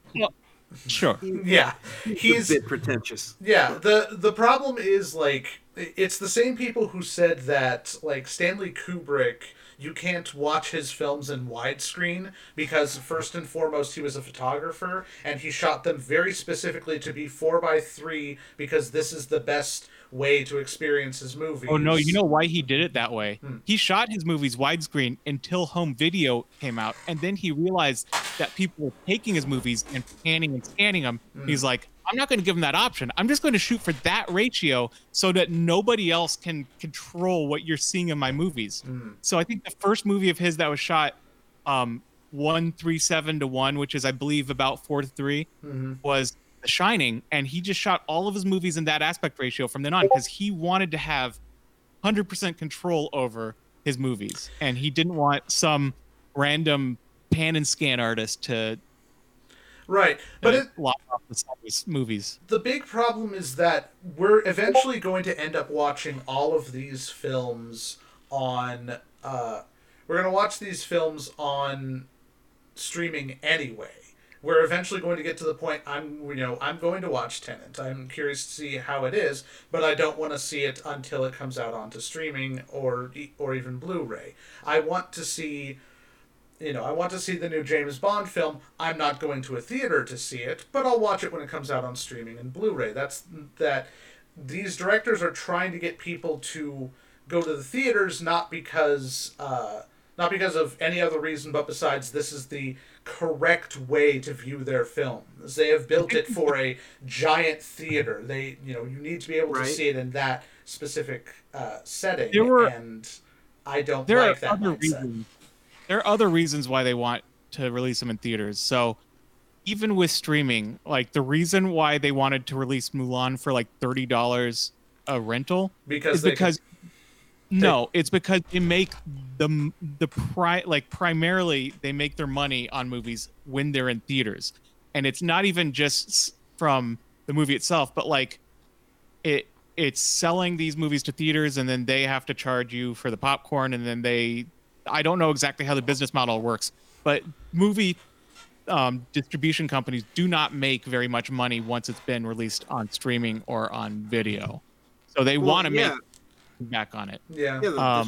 Speaker 1: Sure.
Speaker 3: yeah, he's
Speaker 2: a bit pretentious.
Speaker 3: yeah. the The problem is like it's the same people who said that like Stanley Kubrick, you can't watch his films in widescreen because first and foremost he was a photographer and he shot them very specifically to be four by three because this is the best way to experience his movies.
Speaker 1: Oh no, you know why he did it that way?
Speaker 3: Hmm.
Speaker 1: He shot his movies widescreen until home video came out, and then he realized that people were taking his movies and panning and scanning them.
Speaker 3: Hmm.
Speaker 1: He's like, I'm not going to give him that option. I'm just going to shoot for that ratio so that nobody else can control what you're seeing in my movies.
Speaker 3: Mm,
Speaker 1: So I think the first movie of his that was shot um, 137 to 1, which is, I believe, about 4 to 3,
Speaker 3: Mm-hmm.
Speaker 1: was The Shining. And he just shot all of his movies in that aspect ratio from then on because he wanted to have 100% control over his movies. And he didn't want some random pan and scan artist to,
Speaker 3: Right, but
Speaker 1: to
Speaker 3: it,
Speaker 1: lop off the side of his movies.
Speaker 3: the big problem is that we're eventually going to end up watching all of these films on uh, we're going to watch these films on streaming anyway we're eventually going to get to the point i'm you know i'm going to watch tenant i'm curious to see how it is but i don't want to see it until it comes out onto streaming or e- or even blu-ray i want to see you know, I want to see the new James Bond film. I'm not going to a theater to see it, but I'll watch it when it comes out on streaming and Blu-ray. That's that these directors are trying to get people to go to the theaters not because uh, not because of any other reason but besides this is the correct way to view their films. They have built it for a giant theater. They, you know, you need to be able
Speaker 2: Right.
Speaker 3: to see it in that specific uh, setting
Speaker 1: There were-
Speaker 3: and I don't
Speaker 1: there
Speaker 3: like
Speaker 1: are
Speaker 3: that
Speaker 1: other
Speaker 3: mindset.
Speaker 1: reasons. There are other reasons why they want to release them in theaters. So even with streaming, like the reason why they wanted to release Mulan for like thirty dollars a rental
Speaker 3: because
Speaker 1: is
Speaker 3: they
Speaker 1: because no, it's because they make the the pri like primarily they make their money on movies when they're in theaters, and it's not even just s- from the movie itself, but like it it's selling these movies to theaters, and then they have to charge you for the popcorn, and then they I don't know exactly how the business model works, but movie um, distribution companies do not make very much money once it's been released on streaming or on video. So they
Speaker 2: Well,
Speaker 1: want to
Speaker 2: yeah,
Speaker 1: make back on it.
Speaker 3: yeah.
Speaker 2: yeah, the
Speaker 1: Um,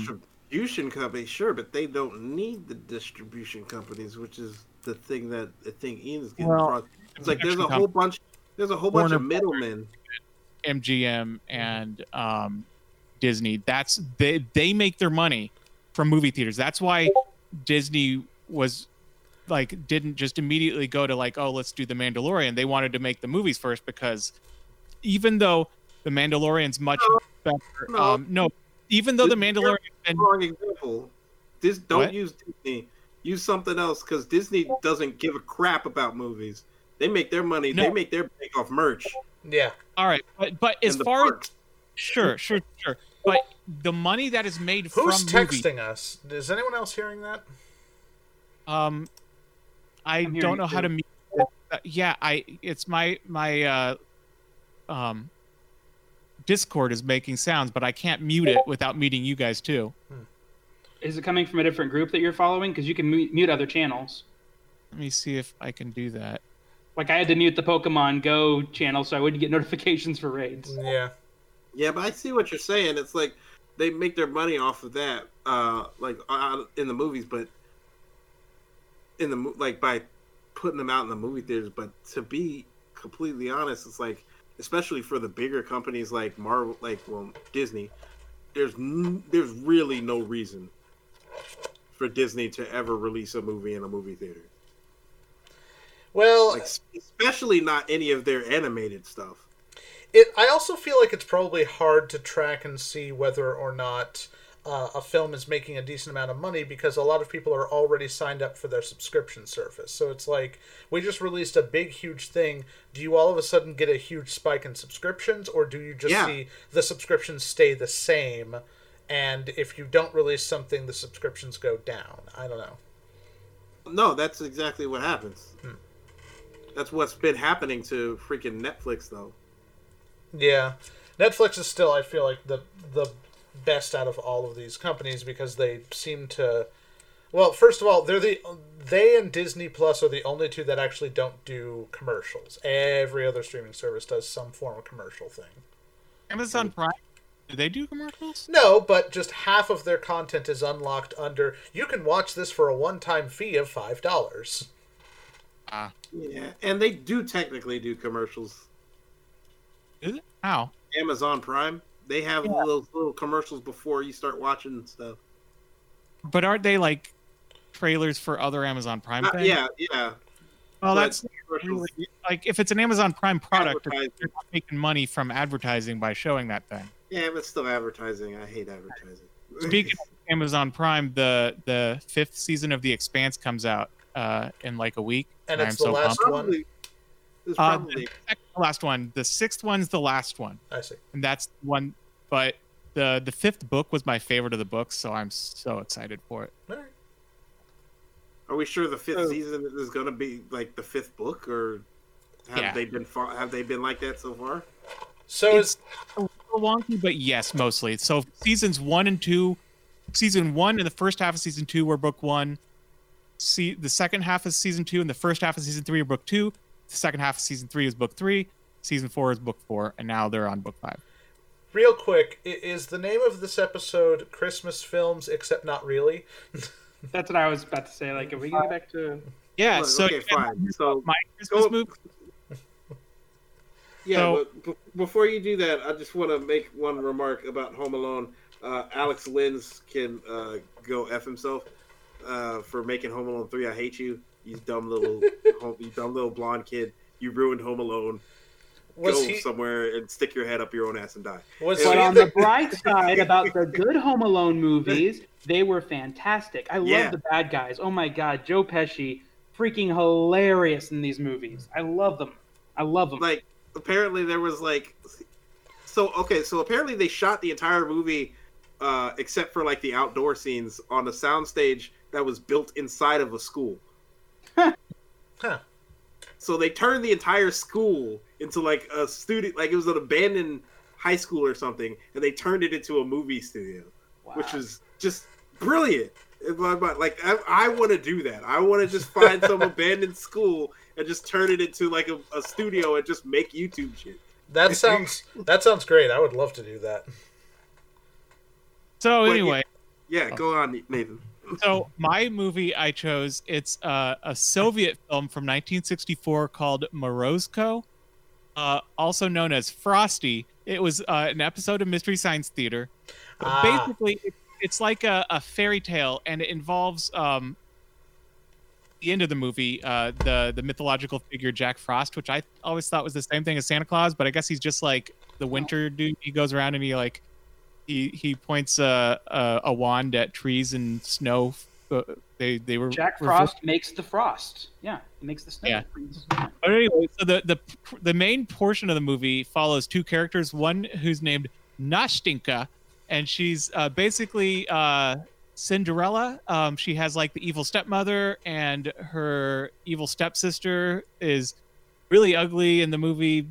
Speaker 2: distribution company, sure, but they don't need the distribution companies, which is the thing that I think Ian's getting
Speaker 1: Well,
Speaker 2: across. It's like there's a whole bunch, there's a whole bunch of
Speaker 1: Warner Brothers.
Speaker 2: middlemen.
Speaker 1: MGM and um, Disney. That's they they make their money from movie theaters. That's why Disney was like didn't just immediately go to like oh let's do the Mandalorian. They wanted to make the movies first because even though the Mandalorian's much
Speaker 2: No,
Speaker 1: better,
Speaker 2: no.
Speaker 1: um, no, even though the Mandalorian and
Speaker 2: Wrong example. This don't
Speaker 1: What?
Speaker 2: use Disney. Use something else because Disney doesn't give a crap about movies. They make their money.
Speaker 1: No.
Speaker 2: They make their bank off merch.
Speaker 3: Yeah.
Speaker 1: all right, but but as
Speaker 2: and the
Speaker 1: far as
Speaker 2: parks.
Speaker 1: sure sure sure, but the money that is made
Speaker 3: Who's
Speaker 1: from movies.
Speaker 3: texting us? Is anyone else hearing that?
Speaker 1: Um, I
Speaker 4: I'm hearing
Speaker 1: don't
Speaker 4: it
Speaker 1: know how to
Speaker 4: too.
Speaker 1: mute. it. Uh, yeah, I it's my my uh, um, Discord is making sounds, but I can't mute it without muting you guys too.
Speaker 4: Is it coming from a different group that you're following? Because you can mu- mute other channels.
Speaker 1: Let me see if I can do that.
Speaker 4: Like I had to mute the Pokemon Go channel so I wouldn't get (laughs) notifications for raids.
Speaker 3: Yeah.
Speaker 2: Yeah, but I see what you're saying. It's like they make their money off of that, uh, like uh, in the movies, but in the mo- like by putting them out in the movie theaters. But to be completely honest, it's like especially for the bigger companies like Marvel, like well Disney, there's n- there's really no reason for Disney to ever release a movie in a movie theater,
Speaker 3: Well,
Speaker 2: like s- especially not any of their animated stuff.
Speaker 3: it. I also feel like it's probably hard to track and see whether or not uh, a film is making a decent amount of money because a lot of people are already signed up for their subscription service. So it's like we just released a big, huge thing. Do you all of a sudden get a huge spike in subscriptions, or do you just
Speaker 2: Yeah.
Speaker 3: see the subscriptions stay the same? And if you don't release something, the subscriptions go down. I don't know.
Speaker 2: No, that's exactly what happens. That's what's been happening to freaking Netflix, though.
Speaker 3: Yeah, Netflix is still, I feel like the the best out of all of these companies because they seem to. Well, first of all, they're the they and Disney Plus are the only two that actually don't do commercials. Every other streaming service does some form of commercial thing.
Speaker 1: Amazon Prime, do they do commercials?
Speaker 3: No, but just half of their content is unlocked under you can watch this for a one-time fee of five dollars.
Speaker 2: Yeah, and they do technically do commercials.
Speaker 1: Do they? How?
Speaker 2: Amazon Prime, they have those little commercials before you start watching stuff.
Speaker 1: But aren't they like trailers for other Amazon Prime?
Speaker 2: Uh,
Speaker 1: things?
Speaker 2: yeah, yeah.
Speaker 1: Well,
Speaker 2: but
Speaker 1: that's
Speaker 2: commercials
Speaker 1: like if it's an Amazon Prime product,
Speaker 2: advertising.
Speaker 1: they're not making money from advertising by showing that thing.
Speaker 2: Yeah, but still advertising. I hate advertising.
Speaker 1: Speaking of Amazon Prime, the the fifth season of The Expanse comes out, uh, in like a week.
Speaker 3: And
Speaker 1: I'm
Speaker 3: it's the
Speaker 1: so
Speaker 3: last
Speaker 1: pumped.
Speaker 3: one.
Speaker 2: Probably. It's
Speaker 1: Uh,
Speaker 2: probably.
Speaker 1: Second to last one. The sixth one's the last one,
Speaker 3: I see.
Speaker 1: and that's the one. But the the fifth book was my favorite of the books, so I'm so excited for it.
Speaker 3: All right.
Speaker 2: Are we sure the fifth
Speaker 4: Oh.
Speaker 2: season is going to be like the fifth book, or have
Speaker 1: Yeah.
Speaker 2: they been fa- have they been like that so far?
Speaker 3: So
Speaker 1: It's-
Speaker 3: is
Speaker 1: a little wonky, but yes, mostly. So seasons one and two, season one and the first half of season two were book one. See the second half of season two and the first half of season three are book two. The second half of season three is book three. Season four is book four, and now they're on book five.
Speaker 3: real quick. i- Is the name of this episode Christmas films, except not really?
Speaker 4: That's what I was about to say. Like, if we can get back to
Speaker 1: Yeah.
Speaker 2: Look,
Speaker 1: so
Speaker 2: okay, fine. So
Speaker 1: my Christmas
Speaker 2: Go-
Speaker 1: movie.
Speaker 2: Yeah,
Speaker 1: So-
Speaker 2: but b- before you do that, I just want to make one remark about Home Alone. Uh, Alex Linz can uh, go f himself uh, for making Home Alone three. I hate you, you
Speaker 3: (laughs)
Speaker 2: dumb little, home, you dumb little blonde kid. You ruined Home Alone.
Speaker 3: Was
Speaker 2: go
Speaker 3: he
Speaker 2: somewhere and stick your head up your own ass and die.
Speaker 3: was he
Speaker 4: But
Speaker 2: (laughs)
Speaker 4: on the
Speaker 3: the,
Speaker 4: bright side about the good Home Alone movies, they were fantastic. I love
Speaker 2: Yeah.
Speaker 4: the bad guys. Oh my god, Joe Pesci, freaking hilarious in these movies. I love them. I love them.
Speaker 2: Like apparently there was like, so okay, so apparently they shot the entire movie uh, except for like the outdoor scenes on a soundstage that was built inside of a school.
Speaker 3: huh.
Speaker 2: So they turned the entire school into like a student, like it was an abandoned high school or something, and they turned it into a movie studio,
Speaker 4: Wow.
Speaker 2: which was just brilliant. In my mind, Like I, I want to do that. I want to just find some abandoned school and just turn it into like a, a studio and just make YouTube shit.
Speaker 3: That sounds that sounds great. I would love to do that.
Speaker 1: So
Speaker 2: Wait,
Speaker 1: anyway,
Speaker 2: Yeah, go on, Nathan.
Speaker 1: so my movie I chose it's uh, a Soviet film from 1964 called Morozko, uh, also known as Frosty. It was uh, an episode of Mystery Science Theater. But
Speaker 3: Ah.
Speaker 1: Basically, it- it's like a, a fairy tale, and it involves um, the end of the movie, uh, the the mythological figure Jack Frost, which I always thought was the same thing as Santa Claus, but I guess he's just like the winter dude. He goes around and he like he he points a a, a wand at trees and snow. Uh, they they were
Speaker 4: Jack
Speaker 1: were-
Speaker 4: Frost makes the frost. Yeah, he makes the snow.
Speaker 1: Yeah. But anyway, so the the the main portion of the movie follows two characters. One who's named Nashtinka, and she's uh, basically uh, Cinderella. Um, she has like the evil stepmother, and her evil stepsister is really ugly in the movie.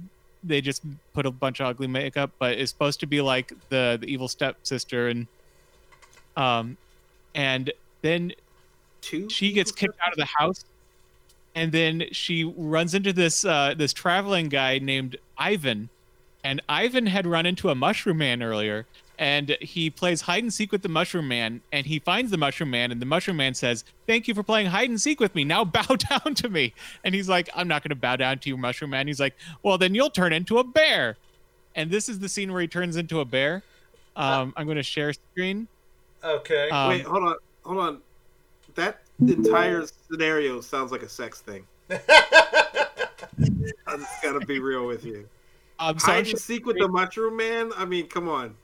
Speaker 1: They just put a bunch of ugly makeup, but it's supposed to be like the the evil stepsister, and um, and then
Speaker 2: Two.
Speaker 1: she gets kicked out of the house and then she runs into this uh, this traveling guy named Ivan and Ivan had run into a mushroom man earlier and he plays hide and seek with the mushroom man and he finds the mushroom man and the mushroom man says thank you for playing hide and seek with me now (laughs) bow down to me and he's like i'm not going to bow down to you mushroom man he's like well then you'll turn into a bear and this is the scene where he turns into a bear um, i'm going to share screen
Speaker 3: Ah, Okay.
Speaker 1: um,
Speaker 2: Wait, hold on, hold on. That entire scenario sounds like a sex thing. I just gotta be real with you.
Speaker 1: um, so I'm
Speaker 2: Hide and seek with the mushroom man. I mean, come on.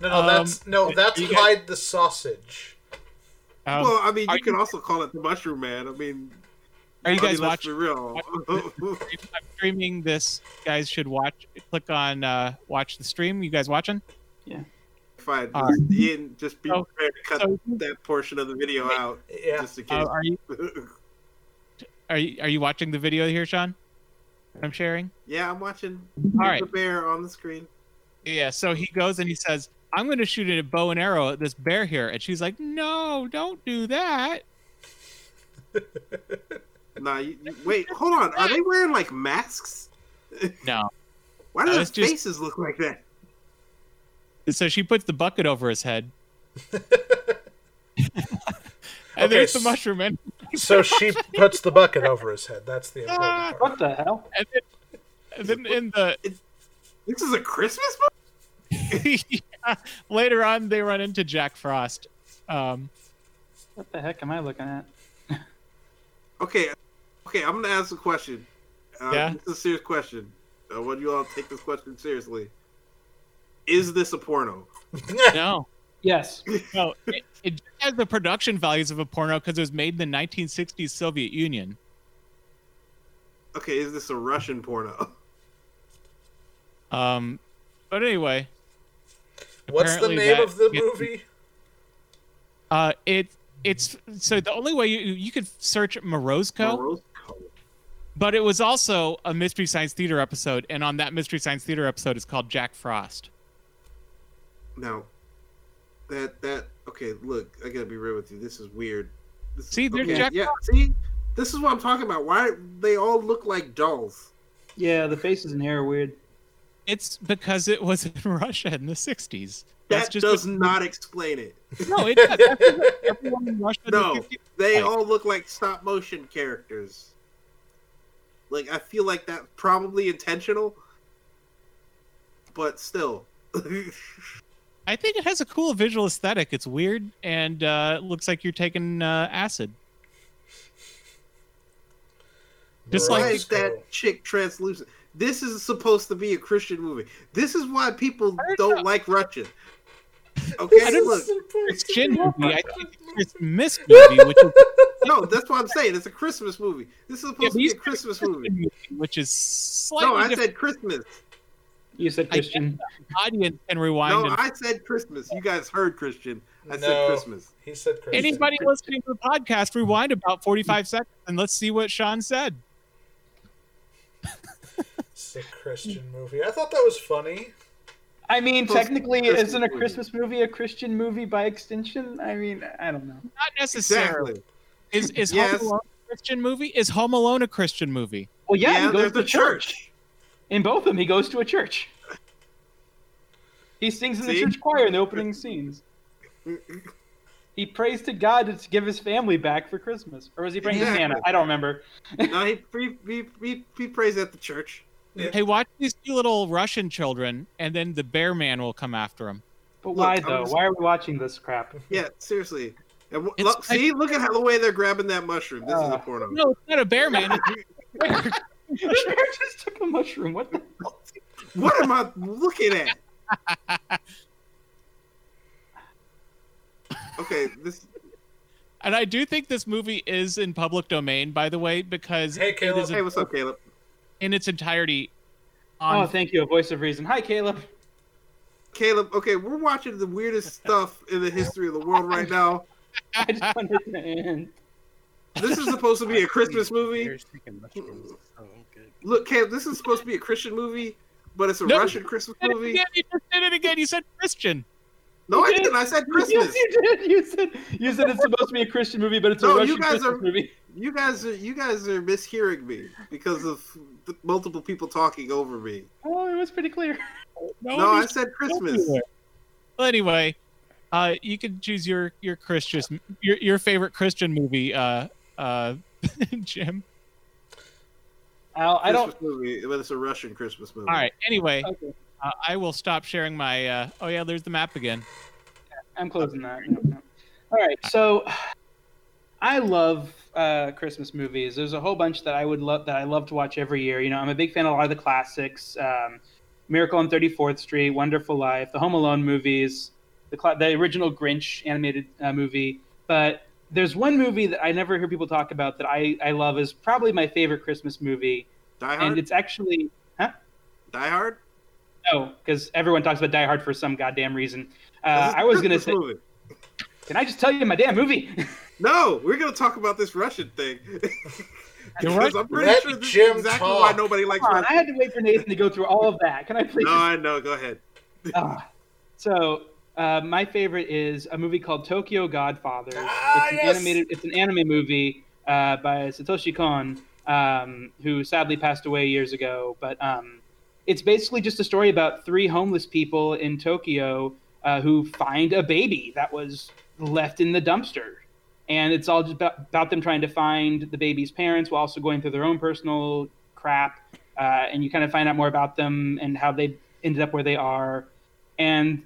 Speaker 3: no, no, that's no, that's
Speaker 1: um, you guys-
Speaker 3: hide the sausage.
Speaker 1: sure- um,
Speaker 2: well, I mean,
Speaker 1: are
Speaker 2: you
Speaker 1: you-
Speaker 2: can also call it the Mushroom Man. I mean,
Speaker 1: are you
Speaker 2: I mean,
Speaker 1: guys
Speaker 2: let's be
Speaker 1: watching
Speaker 2: real. (laughs)
Speaker 1: I'm streaming this. Guys should watch. Click on uh, watch the stream. You guys watching?
Speaker 2: Fine,
Speaker 1: All
Speaker 2: just, Ian, just be
Speaker 1: So-
Speaker 2: prepared to cut
Speaker 1: So,
Speaker 2: that portion of the video out,
Speaker 3: Yeah.
Speaker 2: just in
Speaker 1: uh,
Speaker 2: case.
Speaker 1: are you are you are you watching the video here, Sean? I'm sharing.
Speaker 2: (laughs) yeah, I'm watching
Speaker 1: All right.
Speaker 2: the bear on the screen.
Speaker 1: Yeah. So he goes and he says, "I'm going to shoot a bow and arrow at this bear here," and she's like, "No, don't do that."
Speaker 2: Nah, you, you- wait, hold on. Are they wearing like masks?
Speaker 1: No.
Speaker 2: Why do
Speaker 1: No,
Speaker 2: their
Speaker 1: Uh, it's just-
Speaker 2: faces look like that?
Speaker 1: So she puts the bucket over his (laughs) head, and
Speaker 3: Okay,
Speaker 1: there's the
Speaker 3: s-
Speaker 1: mushroom man.
Speaker 3: (laughs) so she puts the bucket over his head. That's the
Speaker 1: Ah.
Speaker 3: important part.
Speaker 4: What the hell?
Speaker 1: And then, and then in the (laughs)
Speaker 2: This is a Christmas
Speaker 1: yeah, later on, they run into Jack Frost. Um,
Speaker 4: What the heck am I looking at?
Speaker 2: Okay, okay, I'm gonna ask a question. Uh,
Speaker 1: Yeah?
Speaker 2: This is a serious question. I want you all to take this question seriously. Is this a porno?
Speaker 1: no,
Speaker 4: Yes.
Speaker 1: No, it, it just has the production values of a porno because it was made in the 1960s Soviet Union.
Speaker 2: Okay, is this a Russian porno? (laughs)
Speaker 1: Um, but anyway,
Speaker 3: What's the
Speaker 1: Apparently
Speaker 3: name
Speaker 1: that
Speaker 3: of the
Speaker 1: gets-
Speaker 3: movie?
Speaker 1: uh, it it's so the only way you you could search Morozko,
Speaker 2: Morozco.
Speaker 1: but it was also a Mystery Science Theater episode, and on that Mystery Science Theater episode, it's called Jack Frost.
Speaker 2: Now, that that okay. Look, I gotta be real with you. This is weird. This,
Speaker 1: See, there's
Speaker 2: okay,
Speaker 1: Jack
Speaker 2: Yeah, see, this is what I'm talking about. Why they all look like dolls?
Speaker 4: Yeah, the faces in here are weird.
Speaker 1: It's because it was in (laughs) Russia in the 60s. That's
Speaker 2: That
Speaker 1: just
Speaker 2: does not explain it.
Speaker 1: what- no, it does. That's what
Speaker 2: (laughs)
Speaker 1: everyone in Russia in the
Speaker 2: No.
Speaker 1: 60s
Speaker 2: They
Speaker 1: Like-
Speaker 2: all look like stop motion characters. Like I feel like that probably intentional, but still. (laughs)
Speaker 1: I think it has a cool visual aesthetic. It's weird and uh, it looks like you're taking uh, acid. Just
Speaker 2: Why
Speaker 1: like-
Speaker 2: is that chick translucent? This is supposed to be a Christian movie. This is why people
Speaker 1: I don't
Speaker 2: don't
Speaker 1: know.
Speaker 2: like
Speaker 1: (laughs)
Speaker 2: Russian. Okay,
Speaker 1: don't-
Speaker 2: look,
Speaker 1: It's gin movie. I think it's Miss movie, which is
Speaker 2: no, that's what I'm saying. It's a Christmas movie. This is
Speaker 1: Yeah, but
Speaker 2: supposed to
Speaker 1: you
Speaker 2: be a
Speaker 1: said
Speaker 2: Christmas
Speaker 1: Christian
Speaker 2: movie.
Speaker 1: movie, which is slightly
Speaker 2: No, I
Speaker 1: different
Speaker 2: said Christmas.
Speaker 4: You said
Speaker 1: I
Speaker 4: Christian.
Speaker 1: audience can rewind.
Speaker 2: No,
Speaker 1: and-
Speaker 2: I said Christmas. You guys heard Christian. I said
Speaker 3: No.
Speaker 2: Christmas.
Speaker 3: He said Christian.
Speaker 1: Anybody listening to the podcast, rewind about 45 seconds and let's see what Sean said.
Speaker 3: Sick Christian movie. I thought that was funny.
Speaker 4: I mean,
Speaker 2: Christmas
Speaker 4: technically,
Speaker 2: movie.
Speaker 4: isn't a Christmas movie a Christian movie by extension? I mean, I don't know.
Speaker 1: Not necessarily.
Speaker 2: Exactly.
Speaker 1: Is, is
Speaker 2: Yes.
Speaker 1: Home Alone a Christian movie? Is Home Alone a Christian movie?
Speaker 4: Well, yeah,
Speaker 2: Yeah,
Speaker 4: he goes
Speaker 2: there's
Speaker 4: to
Speaker 2: a
Speaker 4: church.
Speaker 2: church.
Speaker 4: In both of them, he goes to a church. He sings in the
Speaker 2: See?
Speaker 4: church choir in the opening scenes. He prays to God to give his family back for Christmas, or was he praying
Speaker 2: Exactly.
Speaker 4: to Santa? I don't remember.
Speaker 2: No, he, he, he, he, he prays at the church.
Speaker 1: Hey, watch these two little Russian children, and then the bear man will come after them.
Speaker 4: But
Speaker 2: Look,
Speaker 4: why
Speaker 2: I'm
Speaker 4: though?
Speaker 2: just-
Speaker 4: Why are we watching this crap? (laughs)
Speaker 2: Yeah, seriously. And w-
Speaker 1: It's
Speaker 2: look, see, look at how the way they're grabbing that mushroom. This is a
Speaker 4: Uh,
Speaker 2: porno.
Speaker 1: No, it's not a bear
Speaker 2: (laughs)
Speaker 1: man.
Speaker 4: I just took a mushroom. What? The...
Speaker 2: What am I looking at? okay, this
Speaker 1: and I do think this movie is in public domain, by the way, because
Speaker 3: Hey,
Speaker 1: it
Speaker 3: Caleb.
Speaker 1: is
Speaker 2: hey, what's up, Caleb?
Speaker 1: in its entirety
Speaker 4: Oh,
Speaker 1: on
Speaker 4: thank you, a voice of reason. Hi, Caleb. (laughs)
Speaker 2: Caleb, okay, we're watching the weirdest stuff in the history of the world right now.
Speaker 4: I
Speaker 1: (laughs)
Speaker 4: just understand.
Speaker 2: This is supposed to be a Christmas movie.
Speaker 5: There's chicken mushrooms. It's so good.
Speaker 2: Look, Caleb, this is supposed to be a Christian movie, but it's a
Speaker 1: No.
Speaker 2: Russian Christmas
Speaker 1: You did it
Speaker 2: movie.
Speaker 1: again, you just did it again. You said Christian.
Speaker 2: No, I
Speaker 4: You did.
Speaker 2: didn't. I said
Speaker 4: Yes,
Speaker 2: Christmas.
Speaker 4: you did. You said you said it's supposed to be a Christian movie, but it's a
Speaker 2: No, you
Speaker 4: Russian
Speaker 2: guys
Speaker 4: Christmas
Speaker 2: are-
Speaker 4: movie. (laughs)
Speaker 2: You guys are you guys are mishearing me because of the multiple people talking over me.
Speaker 4: Oh, it was pretty clear.
Speaker 2: No, I
Speaker 1: one
Speaker 2: said
Speaker 1: is
Speaker 2: Christmas.
Speaker 1: everywhere. Well, anyway, uh, you can choose your your Christian your your favorite Christian movie, uh, uh, (laughs) Jim.
Speaker 4: Al, I don't.
Speaker 2: Christmas movie, but it's a Russian Christmas movie.
Speaker 1: All right. Anyway,
Speaker 4: Okay,
Speaker 1: uh, I will stop sharing my. Uh, oh yeah, there's the map again.
Speaker 4: I'm closing that. No, no. All right, so I love uh, Christmas movies. There's a whole bunch that I would love that I love to watch every year. You know, I'm a big fan of a lot of the classics. Um, Miracle on 34th Street, Wonderful Life, the Home Alone movies, the cla- the original Grinch animated uh, movie. But there's one movie that I never hear people talk about that I, I love is probably my favorite Christmas movie,
Speaker 2: Die
Speaker 4: and
Speaker 2: Hard.
Speaker 4: it's actually
Speaker 2: Die Hard.
Speaker 4: no because everyone talks about Die Hard for some goddamn reason. Uh, I was
Speaker 2: (laughs)
Speaker 4: gonna say,
Speaker 2: Movie.
Speaker 4: can I just tell you my damn movie?
Speaker 2: No, we're gonna talk about this Russian thing. (laughs) Because
Speaker 1: Russian-
Speaker 2: I'm pretty
Speaker 3: Let
Speaker 2: sure this
Speaker 3: Jim
Speaker 2: is exactly
Speaker 3: talk.
Speaker 2: why nobody likes
Speaker 4: Come on,
Speaker 2: Russian.
Speaker 4: I had to wait for Nathan to go through all of that. Can I please?
Speaker 2: No, I know. Go ahead.
Speaker 4: Ah. so, uh, my favorite is a movie called Tokyo Godfathers.
Speaker 3: Ah,
Speaker 4: it's an
Speaker 3: yes!
Speaker 4: animated. It's an anime movie uh, by Satoshi Kon, um, who sadly passed away years ago. But um, it's basically just a story about three homeless people in Tokyo uh, who find a baby that was left in the dumpster. And it's all just about, about them trying to find the baby's parents while also going through their own personal crap. Uh, and you kind of find out more about them and how they ended up where they are. And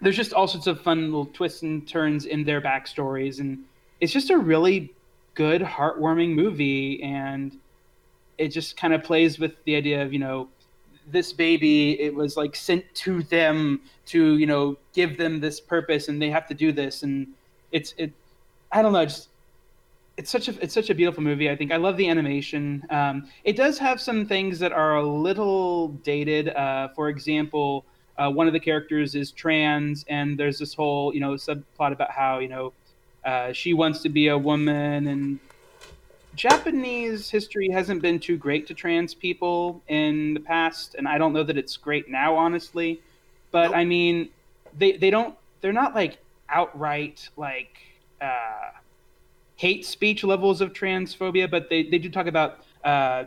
Speaker 4: there's just all sorts of fun little twists and turns in their backstories. And it's just a really good, heartwarming movie. And it just kind of plays with the idea of, you know, this baby it was like sent to them to you know give them this purpose and they have to do this and it's it i don't know just it's such a it's such a beautiful movie i think i love the animation um, it does have some things that are a little dated uh, for example uh, one of the characters is trans and there's this whole you know subplot about how you know uh, she wants to be a woman and Japanese history hasn't been too great to trans people in the past, and I don't know that it's great now, honestly. But I mean, they they don't they're not like outright like uh, hate speech levels of transphobia, but they they do talk about uh,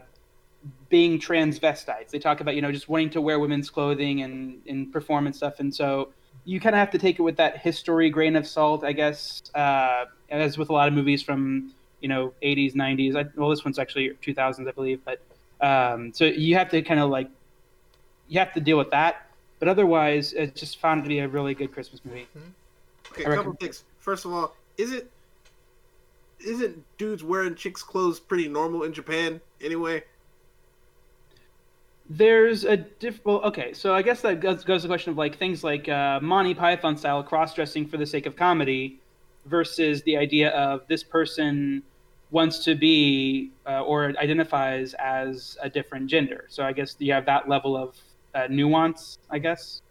Speaker 4: being transvestites. They talk about you know just wanting to wear women's clothing and and perform and stuff, and so you kind of have to take it with that history grain of salt, I guess. Uh, as with a lot of movies from you know 80s 90s I, well this one's actually 2000s i believe but um, so you have to kind of like you have to deal with that but otherwise it's just found it to be a really good christmas movie
Speaker 2: Okay,
Speaker 4: I
Speaker 2: a couple
Speaker 4: reckon-
Speaker 2: things. First of all, is it isn't dudes wearing chicks' clothes pretty normal in Japan anyway?
Speaker 4: there's a diff well okay so i guess that goes, goes to the question of like things like uh, monty python style cross-dressing for the sake of comedy versus the idea of this person wants to be uh, or identifies as a different gender so i guess you have that level of uh, nuance i guess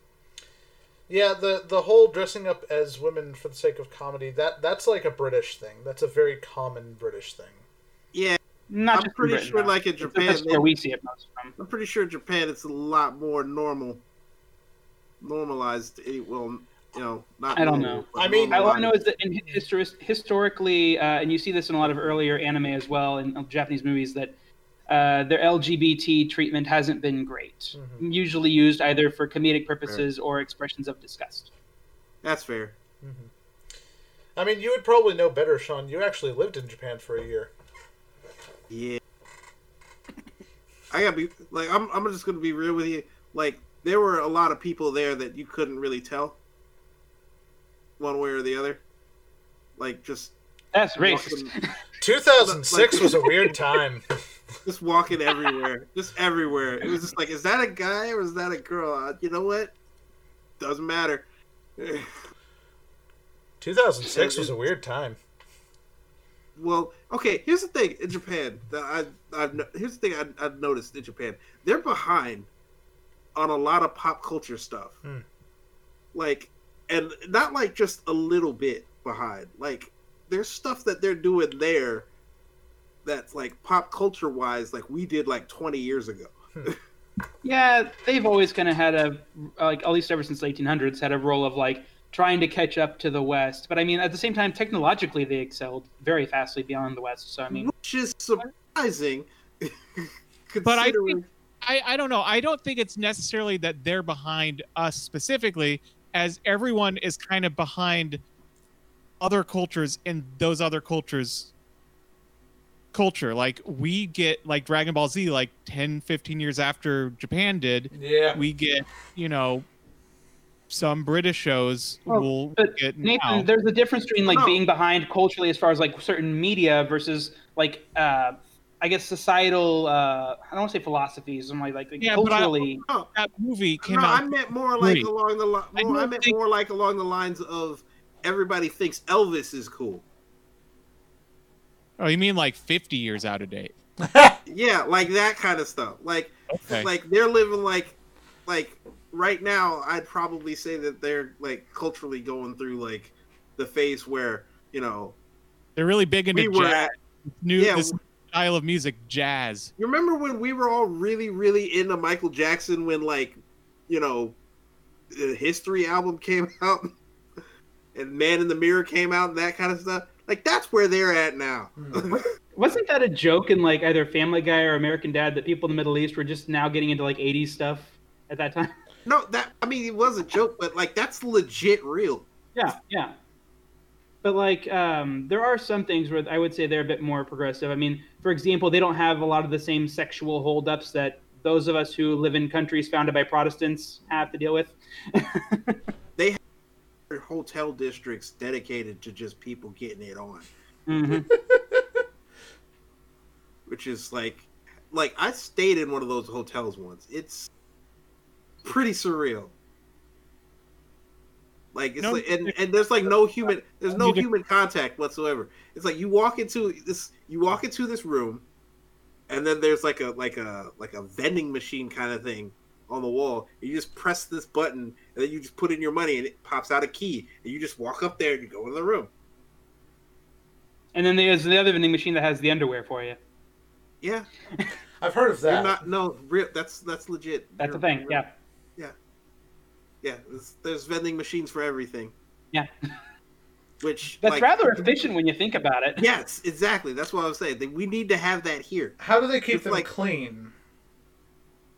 Speaker 3: Yeah, the the whole dressing up as women for the sake of comedy that that's like a British thing. That's a very common British thing.
Speaker 2: Yeah,
Speaker 4: Not
Speaker 2: I'm
Speaker 4: just in
Speaker 2: pretty
Speaker 4: Britain,
Speaker 2: sure,
Speaker 4: though.
Speaker 2: like, in
Speaker 4: It's the
Speaker 2: Japan,
Speaker 4: place
Speaker 2: they-
Speaker 4: where we see it most from.
Speaker 2: I'm pretty sure in Japan it's a lot more normal, normalized. eh, Well, you know, not.
Speaker 4: I don't
Speaker 2: normal,
Speaker 4: know.
Speaker 2: but
Speaker 3: I mean-
Speaker 4: I, all I
Speaker 2: normalized.
Speaker 4: know is that in histor- historically, uh, and you see this in a lot of earlier anime as well, and Japanese movies, that uh, their LGBT treatment hasn't been great.
Speaker 3: Mhm.
Speaker 4: Usually used either for comedic purposes or expressions of disgust.
Speaker 2: That's fair.
Speaker 3: hmm I mean, you would probably know better, Sean. You actually lived in Japan for a year.
Speaker 2: Yeah. I gotta be like I'm. I'm just gonna be real with you. Like there were a lot of people there that you couldn't really tell. One way or the other. Like just
Speaker 4: That's racist.
Speaker 2: walking-
Speaker 3: 2006
Speaker 2: Like-
Speaker 3: was a
Speaker 2: (laughs)
Speaker 3: weird time.
Speaker 2: just walking
Speaker 4: (laughs)
Speaker 2: everywhere, just everywhere. It was just like, is that a guy or is that a girl? Uh, you know what? Doesn't matter. (laughs)
Speaker 3: 2006 was a weird time.
Speaker 2: Well, okay. Here's the thing in Japan that I, I've no- here's the thing I, I've noticed in Japan. They're behind on a lot of pop culture stuff,
Speaker 3: Hmm.
Speaker 2: like, and not like just a little bit behind. Like, there's stuff that they're doing there that's like pop culture wise, like we did like 20 years ago.
Speaker 4: Yeah, they've always kind of had a, like, at least ever since the 1800s, had a role of like trying to catch up to the West. But I mean, at the same time, technologically, they excelled very fastly beyond the West. So I mean,
Speaker 2: which is surprising. (laughs)
Speaker 1: But I
Speaker 2: considering-
Speaker 1: think- I, I don't know. I don't think it's necessarily that they're behind us specifically, as everyone is kind of behind other cultures in those other cultures culture like we get like dragon ball z like 10 15 years after japan did
Speaker 3: Yeah.
Speaker 1: we get you know some british shows
Speaker 2: Oh,
Speaker 4: Well,
Speaker 1: will
Speaker 4: but
Speaker 1: get
Speaker 4: Nathan,
Speaker 1: now.
Speaker 4: there's a difference between like
Speaker 2: No.
Speaker 4: being behind culturally as far as like certain media versus like uh I guess societal uh I don't want to say philosophies, I'm like like
Speaker 1: Yeah, but I-
Speaker 4: culturally
Speaker 2: Oh,
Speaker 1: that movie came
Speaker 2: no,
Speaker 1: out
Speaker 2: I meant more like
Speaker 1: three.
Speaker 2: along the li-
Speaker 1: I
Speaker 2: more, I,
Speaker 1: don't
Speaker 2: meant
Speaker 1: think-
Speaker 2: more like along the lines of everybody thinks Elvis is cool.
Speaker 1: oh you mean like 50 years out of date
Speaker 2: Yeah, like that kind of stuff. Like
Speaker 1: okay
Speaker 2: like they're living like like right now I'd probably say that they're like culturally going through like the phase where, you know,
Speaker 1: they're really big into
Speaker 2: we were
Speaker 1: jazz
Speaker 2: at
Speaker 1: new
Speaker 2: yeah,
Speaker 1: this style of music jazz
Speaker 2: You remember when we were all really, really into Michael Jackson when, like, you know, the History album came (laughs) out and Man in the Mirror came out and that kind of stuff? Like, that's where they're at now.
Speaker 4: wasn't that a joke in like either Family Guy or American Dad that people in the Middle East were just now getting into like eighties stuff at that time?
Speaker 2: (laughs) No, that, I mean, it was a joke, but, like, that's legit real.
Speaker 4: Yeah, yeah. But like, um, there are some things where I would say they're a bit more progressive. I mean, for example, they don't have a lot of the same sexual holdups that those of us who live in countries founded by Protestants have to deal with.
Speaker 2: There are Hotel districts dedicated to just people getting it on,
Speaker 1: Mm-hmm.
Speaker 4: Mhm.
Speaker 2: which is like, like, I stayed in one of those hotels once. It's pretty surreal. Like it's
Speaker 1: No,
Speaker 2: like, and, and there's like
Speaker 4: (laughs)
Speaker 2: no human there's no
Speaker 1: You do-
Speaker 2: human contact whatsoever. It's like you walk into this you walk into this room and then there's like a like a like a vending machine kind of thing on the wall. And you just press this button and then you just put in your money and it pops out a key and you just walk up there and you go into the room.
Speaker 4: And then there's the other vending machine that has the underwear for you.
Speaker 2: Yeah.
Speaker 3: I've heard of
Speaker 2: You're
Speaker 3: that.
Speaker 2: not no real that's that's legit.
Speaker 4: That's
Speaker 2: You're-
Speaker 4: a thing.
Speaker 2: you're-
Speaker 4: Yeah.
Speaker 2: Yeah, there's, there's vending machines for everything.
Speaker 4: Yeah.
Speaker 2: Which
Speaker 4: (laughs) That's
Speaker 2: like,
Speaker 4: rather efficient when you think about it.
Speaker 2: Yes, exactly. That's what I was saying. That We need to have that here.
Speaker 3: How do they keep
Speaker 2: It's
Speaker 3: them
Speaker 2: like-
Speaker 3: clean?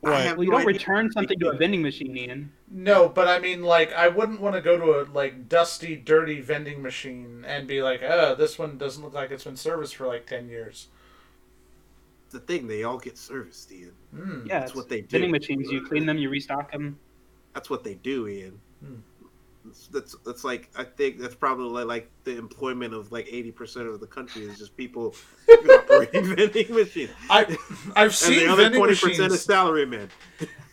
Speaker 2: I
Speaker 1: Right.
Speaker 2: have
Speaker 4: Well, you
Speaker 2: no
Speaker 4: don't
Speaker 2: idea.
Speaker 4: return something to a vending machine, Ian.
Speaker 3: No, but I mean, like, I wouldn't want to go to a like dusty, dirty vending machine and be like, "Oh, this one doesn't look like it's been serviced for like ten years."
Speaker 2: the thing. They all get serviced, Ian.
Speaker 3: Hmm.
Speaker 4: Yeah,
Speaker 2: Mm, That's
Speaker 4: it's
Speaker 2: what they do.
Speaker 4: vending machines. You clean them, you restock them.
Speaker 2: That's what they do, Ian.
Speaker 3: Hmm.
Speaker 2: That's, that's that's like I think that's probably like the employment of like eighty percent of the country is just people (laughs) operating vending machines, (laughs)
Speaker 3: I, I've
Speaker 2: and
Speaker 3: seen
Speaker 2: the other
Speaker 3: vending
Speaker 2: twenty percent is
Speaker 3: machines.
Speaker 2: salarymen.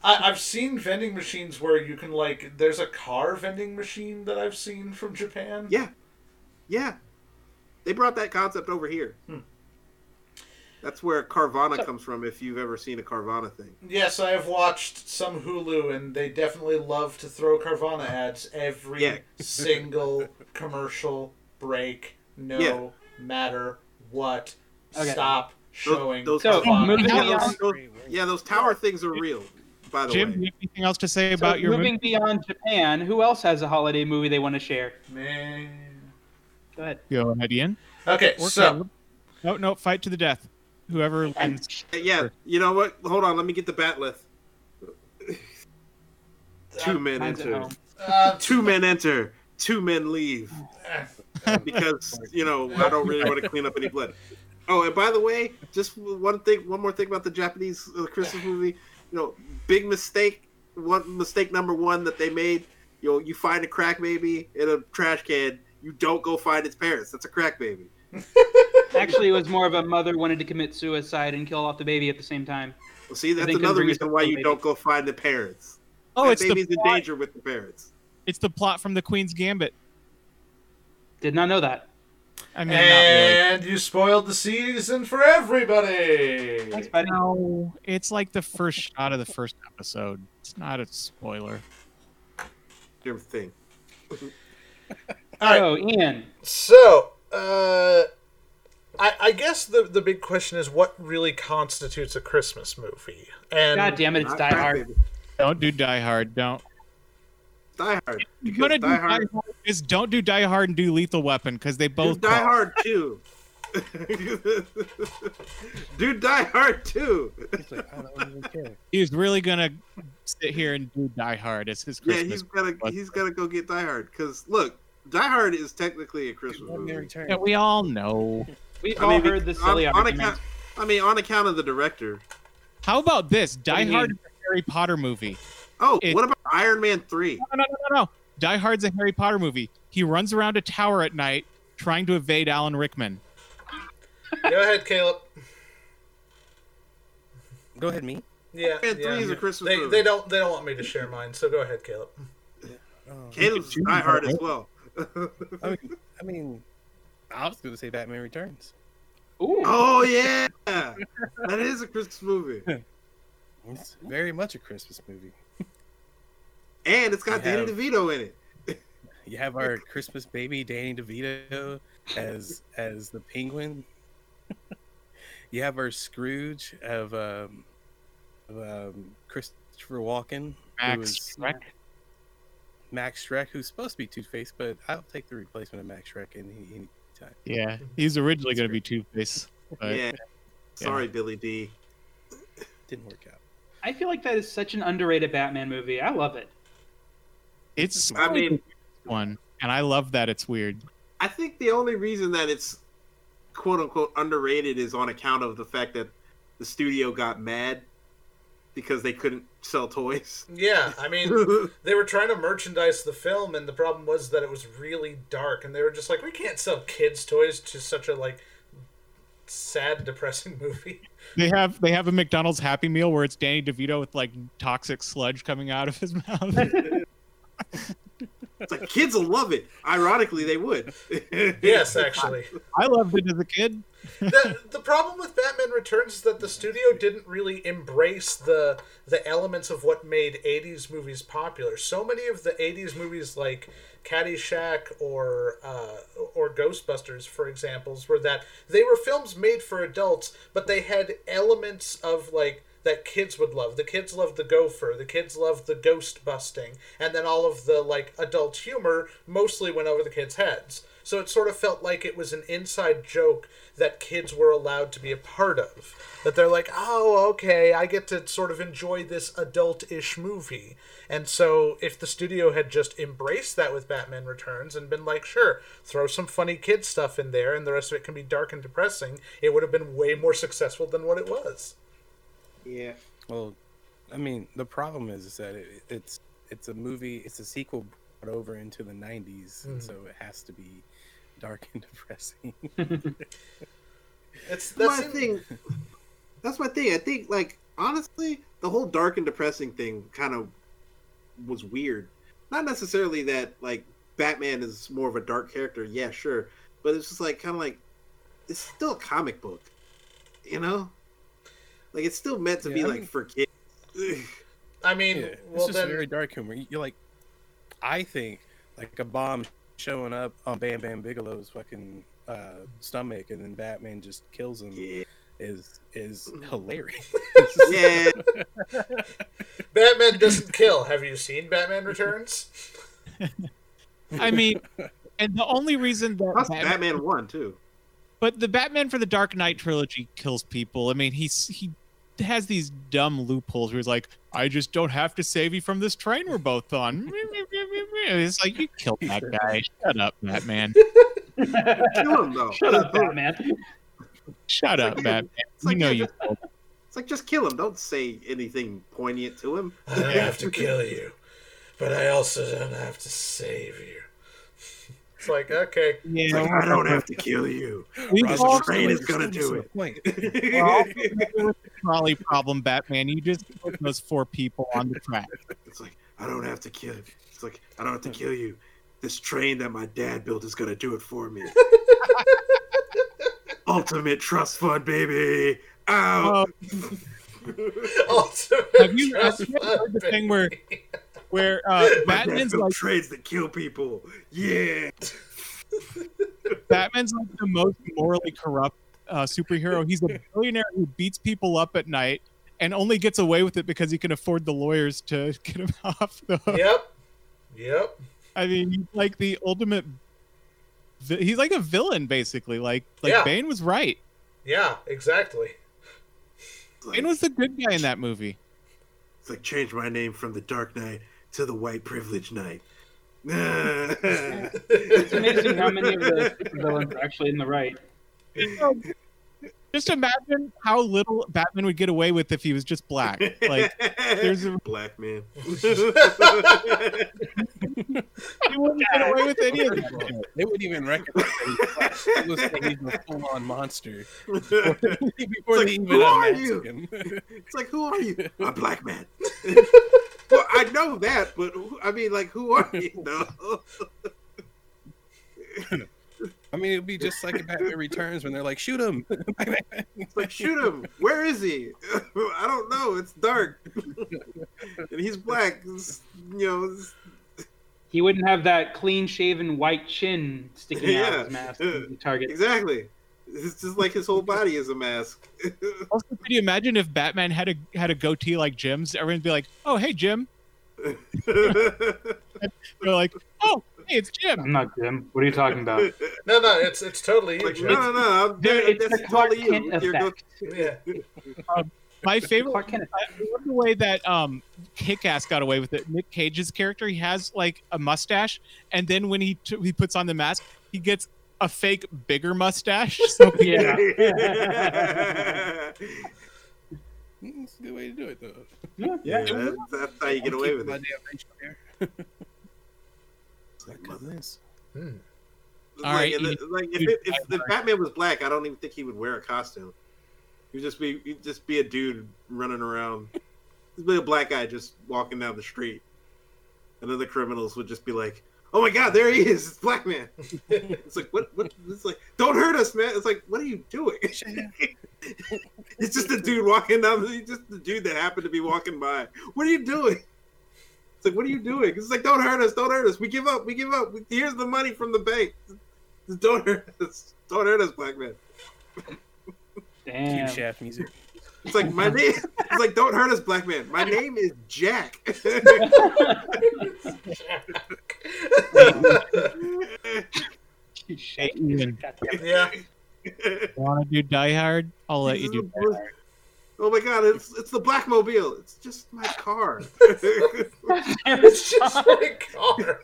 Speaker 3: I, I've seen vending machines where you can like, there's a car vending machine that I've seen from Japan.
Speaker 2: Yeah. Yeah. They brought that concept over here.
Speaker 3: Hmm.
Speaker 2: That's where Carvana
Speaker 4: So-
Speaker 2: comes from, if you've ever seen a Carvana thing.
Speaker 3: Yes, I have watched some Hulu, and they definitely love to throw Carvana ads every
Speaker 2: Yeah. (laughs)
Speaker 3: single commercial break. No
Speaker 2: Yeah.
Speaker 3: matter what,
Speaker 4: Okay.
Speaker 3: stop showing
Speaker 2: those-
Speaker 4: So,
Speaker 3: Carvana.
Speaker 4: moving
Speaker 2: Yeah,
Speaker 4: beyond,
Speaker 2: those, those- yeah, those tower things are real, by the
Speaker 1: Jim, do
Speaker 2: way.
Speaker 1: you have anything else to say
Speaker 4: so
Speaker 1: about your
Speaker 4: moving
Speaker 1: movie?
Speaker 4: beyond Japan, who else has a holiday movie they want to share?
Speaker 3: Man.
Speaker 4: Go ahead.
Speaker 1: Go ahead, Ian.
Speaker 3: Okay,
Speaker 1: Work
Speaker 3: so
Speaker 1: on- no, no, fight to the death. Whoever wins.
Speaker 2: Yeah, you know what? Hold on, let me get the batleth. Two men
Speaker 4: Mine's at
Speaker 2: enter.
Speaker 4: home.
Speaker 3: uh,
Speaker 2: (laughs) Two men enter. Two men leave because you know I don't really want to clean up any blood. Oh, and by the way, just one thing, one more thing about the Japanese uh, Christmas movie. You know, big mistake. One mistake number one that they made. You know, you find a crack baby in a trash can. You don't go find its parents. That's a crack baby.
Speaker 4: Actually, it was more of a mother wanted to commit suicide and kill off the baby at the same time.
Speaker 2: Well, see, that's
Speaker 4: think
Speaker 2: another
Speaker 4: I'll bring
Speaker 2: reason
Speaker 4: it
Speaker 2: why
Speaker 4: up
Speaker 2: you
Speaker 4: later.
Speaker 2: don't go find the parents.
Speaker 1: Oh,
Speaker 2: That
Speaker 1: it's the
Speaker 2: baby's in
Speaker 1: plot.
Speaker 2: danger with the parents.
Speaker 1: It's the plot from the Queen's Gambit.
Speaker 4: Did not know that.
Speaker 1: I mean,
Speaker 3: and you spoiled the season for everybody.
Speaker 4: Thanks, buddy.
Speaker 1: not really. No, it's like the first shot of the first episode. It's not a spoiler.
Speaker 2: Your thing.
Speaker 3: All right,
Speaker 4: So, Oh, Ian,
Speaker 3: So, uh, I, I guess the the big question is what really constitutes a Christmas movie? And
Speaker 4: God damn it, it's
Speaker 2: Not
Speaker 4: Die
Speaker 2: Crack
Speaker 4: Hard.
Speaker 2: Baby.
Speaker 1: Don't do Die Hard. Don't.
Speaker 2: Die Hard.
Speaker 1: You're
Speaker 2: Because
Speaker 1: gonna do
Speaker 2: Die Hard.
Speaker 1: Just don't do Die Hard and do Lethal Weapon because they both.
Speaker 2: Do Die
Speaker 1: call.
Speaker 2: Hard too. do Die Hard too.
Speaker 5: He's like, I don't even care.
Speaker 1: He's really gonna sit here and do Die Hard as his
Speaker 2: Yeah,
Speaker 1: Christmas.
Speaker 2: he's gotta
Speaker 1: Christmas.
Speaker 2: he's gotta go get Die Hard because look, Die Hard is technically a Christmas
Speaker 5: One
Speaker 2: movie.
Speaker 5: Mary Turn.
Speaker 1: Yeah, we all know.
Speaker 4: we've
Speaker 2: I
Speaker 4: all
Speaker 2: mean, because
Speaker 4: heard this
Speaker 2: on-
Speaker 4: silly
Speaker 2: on,
Speaker 4: argument.
Speaker 2: account, I mean, on account of the director.
Speaker 1: How about this? Die
Speaker 4: do you
Speaker 1: Hard is
Speaker 4: mean?
Speaker 1: a Harry Potter movie.
Speaker 2: Oh,
Speaker 1: It-
Speaker 2: what about Iron Man three?
Speaker 1: No, no, no, no, no. Die Hard's a Harry Potter movie. He runs around a tower at night trying to evade Alan Rickman.
Speaker 3: go ahead, Caleb.
Speaker 5: Go ahead, me.
Speaker 3: Yeah,
Speaker 2: Man, three
Speaker 3: yeah.
Speaker 2: is a Christmas
Speaker 3: They,
Speaker 2: movie.
Speaker 3: they don't they don't want me to share mine, so go ahead, Caleb.
Speaker 5: Oh,
Speaker 2: Caleb's
Speaker 1: choose
Speaker 2: Die Hard
Speaker 1: that,
Speaker 2: as well.
Speaker 5: I mean, I mean, I was gonna say Batman Returns.
Speaker 4: Ooh,
Speaker 2: oh yeah, that is a Christmas movie,
Speaker 5: It's very much a Christmas movie.
Speaker 2: and it's got
Speaker 5: I
Speaker 2: Danny
Speaker 5: have-
Speaker 2: DeVito in it.
Speaker 5: You have our Christmas baby Danny DeVito as as the penguin. (laughs) You have our Scrooge of um, of, um Christopher Walken, who
Speaker 1: Max
Speaker 5: is
Speaker 1: Schreck.
Speaker 5: Max Shrek, who's supposed to be Two Face, but I'll take the replacement of Max Shrek any, any time.
Speaker 1: Yeah, he's originally going to be Two Face. but
Speaker 2: yeah. Sorry, Billy D.
Speaker 5: Didn't work out.
Speaker 4: I feel like that is such an underrated Batman movie. I
Speaker 2: (laughs)
Speaker 4: love it.
Speaker 1: It's
Speaker 2: I mean,
Speaker 1: one, and I love that it's weird.
Speaker 2: I think the only reason that it's quote unquote underrated is on account of the fact that the studio got mad because they couldn't sell toys.
Speaker 3: Yeah, I mean
Speaker 2: (laughs) yeah,
Speaker 3: they were trying to merchandise the film, and the problem was that it was really dark, and they were just like, we can't sell kids toys to such a like sad, depressing
Speaker 2: (laughs)
Speaker 3: movie.
Speaker 1: They have they have a McDonald's Happy Meal where it's Danny DeVito with like toxic sludge coming out of his (laughs) mouth.
Speaker 2: It's like kids will love it. Ironically, they would.
Speaker 3: (laughs) Yes, actually.
Speaker 1: I loved it as a kid.
Speaker 3: the, the problem with Batman Returns is that the studio didn't really embrace the the elements of what made '80s movies popular. So many of the '80s movies, like Caddyshack or uh, or Ghostbusters, for examples, were that they were films made for adults, but they had elements of like that kids would love. The kids loved the gopher. The kids loved the ghost busting, and then all of the like adult humor mostly went over the kids' heads. So it sort of felt like it was an inside joke that kids were allowed to be a part of. That they're like, oh, okay, I get to sort of enjoy this adult ish movie. And so if the studio had just embraced that with Batman Returns and been like, sure, throw some funny kid stuff in there and the rest of it can be dark and depressing, it would have been way more successful than what it was.
Speaker 2: yeah.
Speaker 5: Well, I mean, the problem is, is that it, it's it's a movie, it's a sequel brought over into the '90s,
Speaker 3: Mhm.
Speaker 5: and so it has to be dark (laughs) and depressing.
Speaker 3: It's that's
Speaker 2: That's my thing. That's my thing. I think, like, honestly, the whole dark and depressing thing kind of was weird. Not necessarily that, like, Batman is more of a dark character. Yeah, sure. But it's just, like, kind of like, it's still a comic book. You know? Like, it's still meant to be,
Speaker 5: Yeah, I
Speaker 2: like,
Speaker 5: mean-
Speaker 2: for kids.
Speaker 3: I mean,
Speaker 5: Yeah,
Speaker 3: well
Speaker 5: it's just
Speaker 3: then
Speaker 5: very dark humor. You- You're like, I think like a bomb showing up on Bam Bam Bigelow's fucking uh, stomach, and then Batman just kills him
Speaker 2: yeah.
Speaker 5: is is
Speaker 3: Mm-hmm.
Speaker 5: hilarious.
Speaker 3: (laughs)
Speaker 2: Yeah.
Speaker 3: (laughs) Batman doesn't kill. Have you seen Batman Returns?
Speaker 1: I mean, and the only reason that
Speaker 2: Plus,
Speaker 1: Batman-
Speaker 2: Batman 1, too.
Speaker 1: But the Batman for the Dark Knight trilogy kills people. I mean, he's he has these dumb loopholes where he's like, "I just don't have to save you from this train we're both on." (laughs) It's like you killed that guy. Shut up, Batman.
Speaker 2: Kill him, though.
Speaker 4: Shut up, Batman.
Speaker 1: Shut
Speaker 2: (laughs)
Speaker 1: up, Batman.
Speaker 2: It's
Speaker 1: You
Speaker 2: like,
Speaker 1: know
Speaker 2: yeah,
Speaker 1: you. (laughs)
Speaker 2: just- it's like, just kill him. Don't say anything poignant to him.
Speaker 3: I don't have to kill you, but I also don't have to save you. It's like okay,
Speaker 2: It's like, I don't have to kill you.
Speaker 1: we
Speaker 5: Ross
Speaker 1: all
Speaker 2: (laughs)
Speaker 5: is
Speaker 2: train
Speaker 5: like,
Speaker 2: is
Speaker 5: "Just
Speaker 2: gonna
Speaker 5: give us
Speaker 2: do
Speaker 5: a
Speaker 2: it."
Speaker 5: point."
Speaker 1: we're all familiar with the trolley problem, Batman. You just put those four people on the track.
Speaker 2: It's like I don't have to kill. It's like I don't have to kill you. This train that my dad built is gonna do it for
Speaker 4: (laughs)
Speaker 2: me. Ultimate trust fund, baby. Ow.
Speaker 3: ultimate
Speaker 1: Have you-
Speaker 3: trust
Speaker 1: have you
Speaker 3: fund, (laughs)
Speaker 1: heard the
Speaker 3: baby.
Speaker 1: thing where- Where uh,
Speaker 2: my dad
Speaker 1: Batman's
Speaker 2: built
Speaker 1: like
Speaker 2: trains that kill people. Yeah.
Speaker 1: Batman's like the most morally corrupt uh, superhero. He's a billionaire who beats people up at night and only gets away with it because he can afford the lawyers to (laughs) get him off the hook.
Speaker 3: Yep, yep.
Speaker 1: I mean, he's like the ultimate. vi- He's like a villain, basically. Like, like
Speaker 3: Yeah.
Speaker 1: Bane was right.
Speaker 3: Yeah, exactly.
Speaker 2: It's like,
Speaker 1: Bane was the good guy in that movie.
Speaker 2: it's like change my name from the Dark Knight to the White Privilege Knight. it's
Speaker 4: It's amazing how many of the supervillains are actually in the right.
Speaker 1: Just imagine how little Batman would get away with if he was just
Speaker 2: (laughs)
Speaker 1: black. Like, there's a-
Speaker 2: black
Speaker 1: (laughs)
Speaker 2: man.
Speaker 1: he wouldn't get away with any of that.
Speaker 5: They wouldn't even recognize that he's black. It was like he's a full-on monster
Speaker 2: (laughs)
Speaker 5: (laughs) before
Speaker 2: like,
Speaker 5: they even
Speaker 2: "Who are
Speaker 5: unmask
Speaker 2: you?"
Speaker 5: him.
Speaker 2: It's like, who are you? A black man. (laughs) well, I know that, but who- I mean, like, who are you? No.
Speaker 5: (laughs) I mean, it'd be just like in Batman Returns when they're like, "Shoot him!"
Speaker 2: It's like, shoot him. Where is he? (laughs) I don't know. It's dark, (laughs) and he's black. It's- you know. It's,
Speaker 4: He wouldn't have that clean-shaven white chin sticking out
Speaker 2: Yeah.
Speaker 4: of his mask as he targets.
Speaker 2: exactly. It's just like his whole body is a mask. (laughs)
Speaker 1: Also, could you imagine if Batman had a had a goatee like Jim's? Everyone'd be like, "Oh, hey, Jim." They're like, "Oh, hey, it's Jim."
Speaker 4: I'm not Jim. What are you talking
Speaker 2: (laughs)
Speaker 4: about?
Speaker 2: like,
Speaker 3: No, no, it's it's totally you. Jim.
Speaker 2: no, no, no. I'm,
Speaker 4: Dude, it's
Speaker 2: that's
Speaker 4: the Clark
Speaker 2: totally you.
Speaker 4: Kent
Speaker 2: You're go-
Speaker 4: effect.
Speaker 3: Yeah,
Speaker 1: My favorite,
Speaker 2: (laughs)
Speaker 4: Clark Kent effect.
Speaker 1: I love the way that um, Kick-Ass got away with it. Nick Cage's character, he has like a mustache, and then when he t- he puts on the mask, he gets a fake bigger mustache. So people-
Speaker 4: Yeah.
Speaker 5: (laughs) It's a good way to do it, though.
Speaker 2: (laughs) yeah, that's, that's how you get
Speaker 5: I'm
Speaker 2: away
Speaker 5: keeping
Speaker 2: with
Speaker 5: my
Speaker 2: it.
Speaker 5: damn facial hair. It's like, look at this.
Speaker 3: Hmm.
Speaker 1: All
Speaker 2: like,
Speaker 1: right,
Speaker 2: and
Speaker 1: you-
Speaker 2: the- like if, it, if, if Batman was black, I don't even think he would wear a costume. He'd just be he'd just be a dude running around. He'd be a black guy just walking down the street, and other criminals would just be like, "Oh my God, there he is! It's black man." it's like what? What? It's like don't hurt us, man. It's like what are you doing? (laughs) it's just a dude walking down. the- Just the dude that happened to be walking by. What are you doing? It's like, what are you doing? It's like, don't hurt us, don't hurt us. We give up, we give up. We- Here's the money from the bank. Just Don't hurt us, don't hurt us, black man.
Speaker 5: Cue
Speaker 4: (laughs) Damn.
Speaker 5: shaft music.
Speaker 2: It's like my name. It's like, don't hurt us, black man. My name is Jack.
Speaker 4: Cue shaft
Speaker 1: Ian.
Speaker 4: music, goddamn.
Speaker 3: yeah.
Speaker 1: Want to do Die Hard? (laughs) I'll let you
Speaker 2: (laughs)
Speaker 1: do.
Speaker 2: Oh my god, it's it's the Blackmobile. It's just my car. (laughs)
Speaker 3: It's just my car.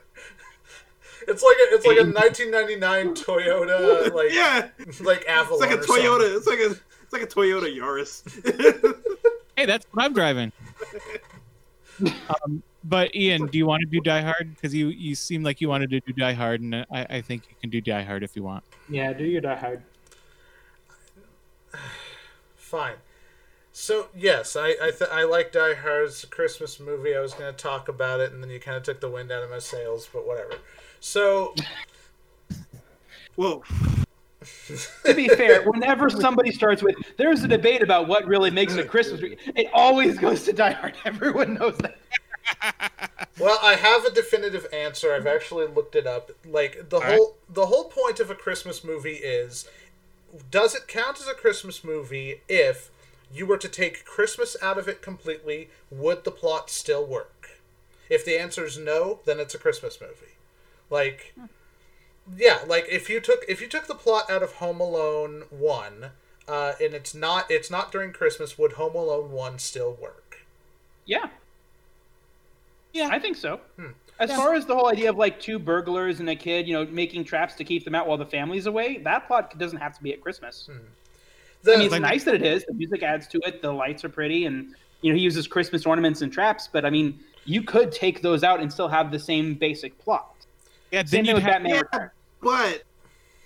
Speaker 3: It's like a, it's like a 1999 Toyota like
Speaker 2: yeah,
Speaker 3: like Avalon.
Speaker 2: it's like a
Speaker 3: or something.
Speaker 2: Toyota. It's like a it's like a Toyota Yaris.
Speaker 1: Hey, that's what I'm driving. um, but Ian, do you want to do Die Hard? Because you you seem like you wanted to do Die Hard, and I, I think you can do Die Hard if you want.
Speaker 4: Yeah, do your Die Hard.
Speaker 3: Fine. So yes, I I, th- I like Die Hard's Christmas movie. I was going to talk about it, and then you kind of took the wind out of my sails, but whatever. So
Speaker 2: Whoa,
Speaker 4: To be fair, whenever somebody starts with "there's a debate about what really makes a Christmas," movie," it always goes to Die Hard. (laughs) Everyone knows that.
Speaker 3: Well, I have a definitive answer. I've actually looked it up. Like the
Speaker 1: right.
Speaker 3: whole the whole point of a Christmas movie is does it count as a Christmas movie if you were to take Christmas out of it completely, would the plot still work? If the answer is no, then it's a Christmas movie. Like
Speaker 4: Hmm.
Speaker 3: yeah, like if you took if you took the plot out of Home Alone 1 uh, and it's not it's not during Christmas, would Home Alone 1 still work?
Speaker 4: Yeah.
Speaker 1: Yeah.
Speaker 4: I think so.
Speaker 3: Hmm.
Speaker 4: As far as the whole idea of like two burglars and a kid, you know, making traps to keep them out while the family's away, that plot doesn't have to be at Christmas. I mean,
Speaker 3: The-
Speaker 4: it's nice that it is. The music adds to it. The lights are pretty, and you know, he uses Christmas ornaments and traps. But I mean, you could take those out and still have the same basic plot.
Speaker 1: Yeah, then
Speaker 4: Same thing
Speaker 1: you
Speaker 4: with
Speaker 1: have
Speaker 4: Batman.
Speaker 2: Yeah. but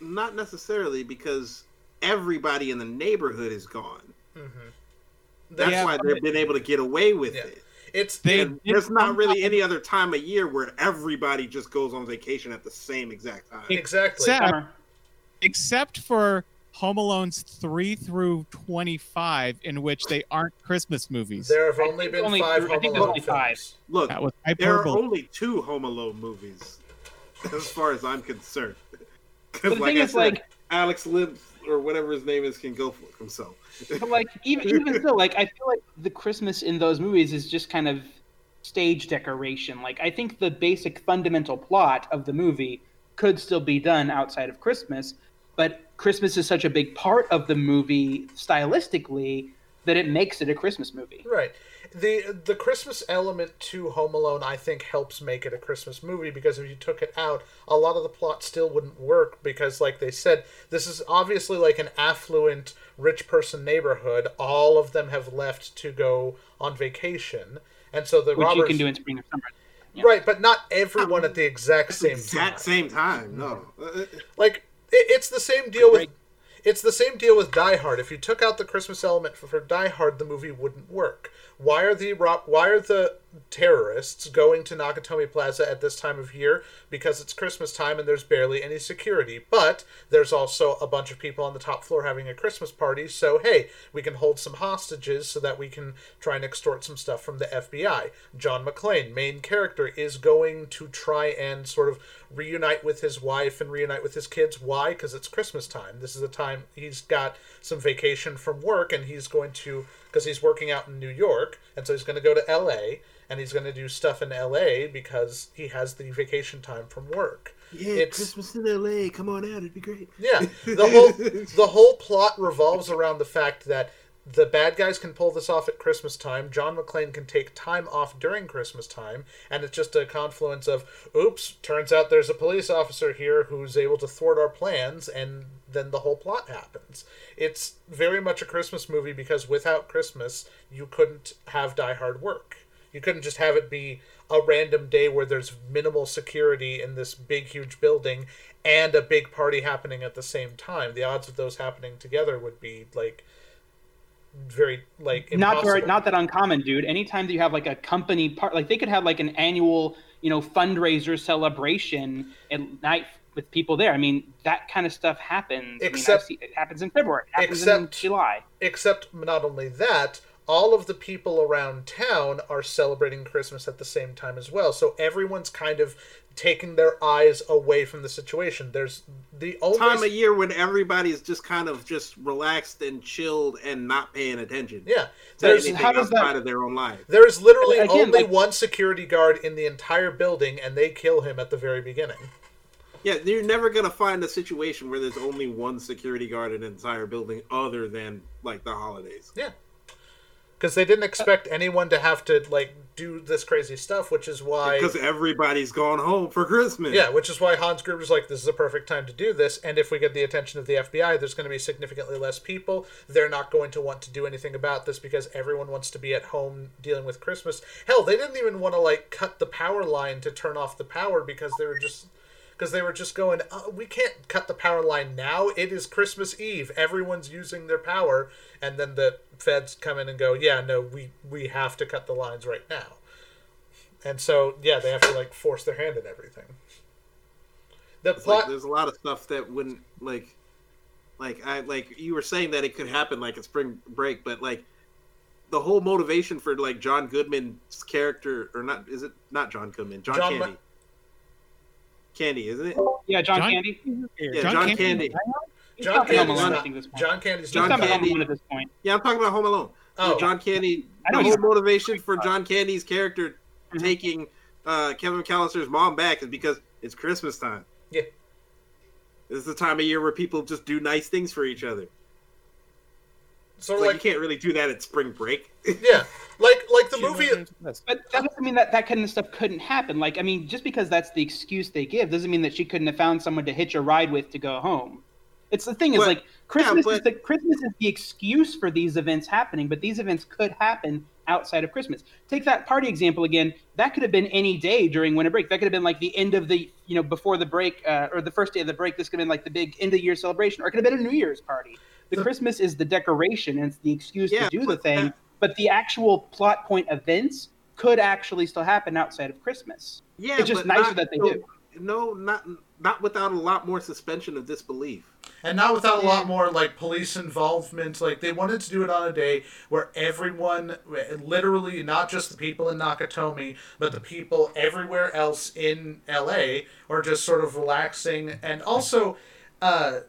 Speaker 2: not necessarily because everybody in the neighborhood is gone.
Speaker 3: Mhm.
Speaker 2: That's
Speaker 1: Yeah,
Speaker 2: why they've been able to get away with
Speaker 3: Yeah.
Speaker 2: it.
Speaker 3: It's
Speaker 1: They
Speaker 2: And
Speaker 1: did
Speaker 2: there's not really
Speaker 1: somehow-
Speaker 2: any other time of year where everybody just goes on vacation at the same exact time.
Speaker 3: exactly.
Speaker 1: Exactly.
Speaker 4: Summer.
Speaker 1: except for Home Alone's three through twenty-five, in which they aren't Christmas movies.
Speaker 3: There have
Speaker 4: I
Speaker 3: only
Speaker 4: think
Speaker 3: been
Speaker 4: only
Speaker 3: five
Speaker 4: three- I
Speaker 3: Home
Speaker 4: think there's
Speaker 3: Alone
Speaker 4: only
Speaker 3: films.
Speaker 4: five.
Speaker 2: Look,
Speaker 1: that was
Speaker 2: there are
Speaker 1: hyperbole.
Speaker 2: only two Home Alone movies, (laughs) as far as I'm concerned. (laughs)
Speaker 4: But
Speaker 2: Because,
Speaker 4: the thing is, like,
Speaker 2: Alex Libbs or whatever his name is can go for himself.
Speaker 4: but like even even still, like I feel like the Christmas in those movies is just kind of stage decoration. Like I think the basic fundamental plot of the movie could still be done outside of Christmas, but Christmas is such a big part of the movie stylistically that it makes it a Christmas movie.
Speaker 3: Right. The the Christmas element to Home Alone I think helps make it a Christmas movie because if you took it out, a lot of the plot still wouldn't work because like they said, this is obviously like an affluent rich person neighborhood. All of them have left to go on vacation. And so the
Speaker 4: Which
Speaker 3: robbers
Speaker 4: you can do in spring or summer. yeah.
Speaker 3: Right, but not everyone at the exact
Speaker 2: It's
Speaker 3: same time.
Speaker 2: exact same time. No. Uh,
Speaker 3: Like it, it's the same deal with
Speaker 4: Right.
Speaker 3: it's the same deal with Die Hard. If you took out the Christmas element for, for Die Hard, the movie wouldn't work. Why are the ro- why are the terrorists going to Nakatomi Plaza at this time of year? Because it's Christmas time and there's barely any security. But there's also a bunch of people on the top floor having a Christmas party. So hey, we can hold some hostages so that we can try and extort some stuff from the FBI. John McClane, main character, is going to try and sort of reunite with his wife and reunite with his kids. Why? Because it's Christmas time. This is the time he's got some vacation from work and he's going to, because he's working out in New York, and so he's going to go to LA and he's going to do stuff in LA because he has the vacation time from work.
Speaker 2: yeah,
Speaker 3: It's-
Speaker 2: Christmas in LA. Come on out. It'd be great.
Speaker 3: Yeah, the whole the whole plot revolves around the fact that the bad guys can pull this off at Christmas time. John McClane can take time off during Christmas time, and it's just a confluence of oops. Turns out there's a police officer here who's able to thwart our plans, and then the whole plot happens. It's very much a Christmas movie because without Christmas, you couldn't have Die Hard work. You couldn't just have it be a random day where there's minimal security in this big, huge building and a big party happening at the same time. The odds of those happening together would be like very like
Speaker 4: not very,
Speaker 3: impossible.
Speaker 4: not that uncommon, dude. Anytime that you have like a company part, like they could have like an annual, you know, fundraiser celebration at night with people there. I mean, that kind of stuff happens.
Speaker 3: Except-
Speaker 4: I mean, I've seen- it happens in February. It happens in
Speaker 3: except-
Speaker 4: July.
Speaker 3: Except not only that, all of the people around town are celebrating Christmas at the same time as well. So everyone's kind of taking their eyes away from the situation. There's the only
Speaker 2: time of year when everybody's just kind of just relaxed and chilled and not paying attention
Speaker 3: yeah.
Speaker 2: to
Speaker 3: There's
Speaker 2: anything
Speaker 4: how does
Speaker 2: outside
Speaker 4: that-
Speaker 2: of their own life.
Speaker 3: there is literally
Speaker 4: Again,
Speaker 3: only
Speaker 4: like-
Speaker 3: one security guard in the entire building, and they kill him at the very beginning.
Speaker 2: Yeah, you're never gonna find a situation where there's only one security guard in an entire building, other than like the holidays.
Speaker 3: Because they didn't expect anyone to have to like do this crazy stuff, which is why
Speaker 2: Because everybody's gone home for Christmas.
Speaker 3: Yeah, which is why Hans Gruber's like, this is a perfect time to do this. And if we get the attention of the FBI, there's going to be significantly less people. They're not going to want to do anything about this because everyone wants to be at home dealing with Christmas. Hell, they didn't even want to like cut the power line to turn off the power because they were just because they were just going, uh, we can't cut the power line now. It is Christmas Eve. Everyone's using their power, and then the feds come in and go, yeah, no, we we have to cut the lines right now. And so, yeah, they have to like force their hand at everything. The
Speaker 2: It's
Speaker 3: plot,
Speaker 2: like there's a lot of stuff that wouldn't like, like I like you were saying that it could happen like at spring break, but like the whole motivation for like John Goodman's character or not is it not John Goodman? John,
Speaker 3: John
Speaker 2: Candy.
Speaker 3: Ma-
Speaker 2: Candy, isn't it?
Speaker 4: Yeah, John,
Speaker 1: John-
Speaker 4: Candy.
Speaker 2: Yeah,
Speaker 1: John
Speaker 2: John,
Speaker 1: Candy.
Speaker 2: Candy.
Speaker 4: He's
Speaker 3: John
Speaker 4: talking Home
Speaker 3: Candy's
Speaker 4: Alone,
Speaker 3: not-
Speaker 4: I think, at this point.
Speaker 3: John Candy's
Speaker 4: He's
Speaker 2: John
Speaker 3: not
Speaker 4: talking Home
Speaker 2: Candy.
Speaker 4: Alone at this point.
Speaker 2: Yeah, I'm talking about Home Alone.
Speaker 3: Oh,
Speaker 2: John Candy.
Speaker 4: I
Speaker 2: The
Speaker 4: don't
Speaker 2: whole
Speaker 4: know.
Speaker 2: motivation for John Candy's character
Speaker 3: Mm-hmm.
Speaker 4: Mhm.
Speaker 2: taking uh, Kevin McAllister's mom back is because it's Christmas time.
Speaker 3: Yeah.
Speaker 2: This is the time of year where people just do nice things for each other.
Speaker 3: sort
Speaker 2: It's
Speaker 3: of
Speaker 2: like, you
Speaker 3: like,
Speaker 2: can't really do that at spring break.
Speaker 3: yeah, like like the movie.
Speaker 4: But that doesn't mean that that kind of stuff couldn't happen. Like, I mean, just because that's the excuse they give doesn't mean that she couldn't have found someone to hitch a ride with to go home. It's the thing is
Speaker 2: But-
Speaker 4: like Christmas
Speaker 2: but-
Speaker 4: is the Christmas is the excuse for these events happening, but these events could happen outside of Christmas. Take that party example again. That could have been any day during winter break. That could have been like the end of the you know before the break uh, or the first day of the break. This could have been like the big end of year celebration, or it could have been a New Year's party. The Christmas is the decoration and it's the excuse
Speaker 2: Yeah,
Speaker 4: to do the
Speaker 2: but
Speaker 4: thing,
Speaker 2: that-
Speaker 4: but the actual plot point events could actually still happen outside of Christmas.
Speaker 2: Yeah,
Speaker 4: It's just
Speaker 2: but
Speaker 4: nicer
Speaker 2: not-
Speaker 4: that they
Speaker 2: no,
Speaker 4: do.
Speaker 2: No, not not without a lot more suspension of disbelief.
Speaker 3: and not without a lot more like police involvement like they wanted to do it on a day where everyone literally not just the people in nakatomi but the people everywhere else in la are just sort of relaxing and also uh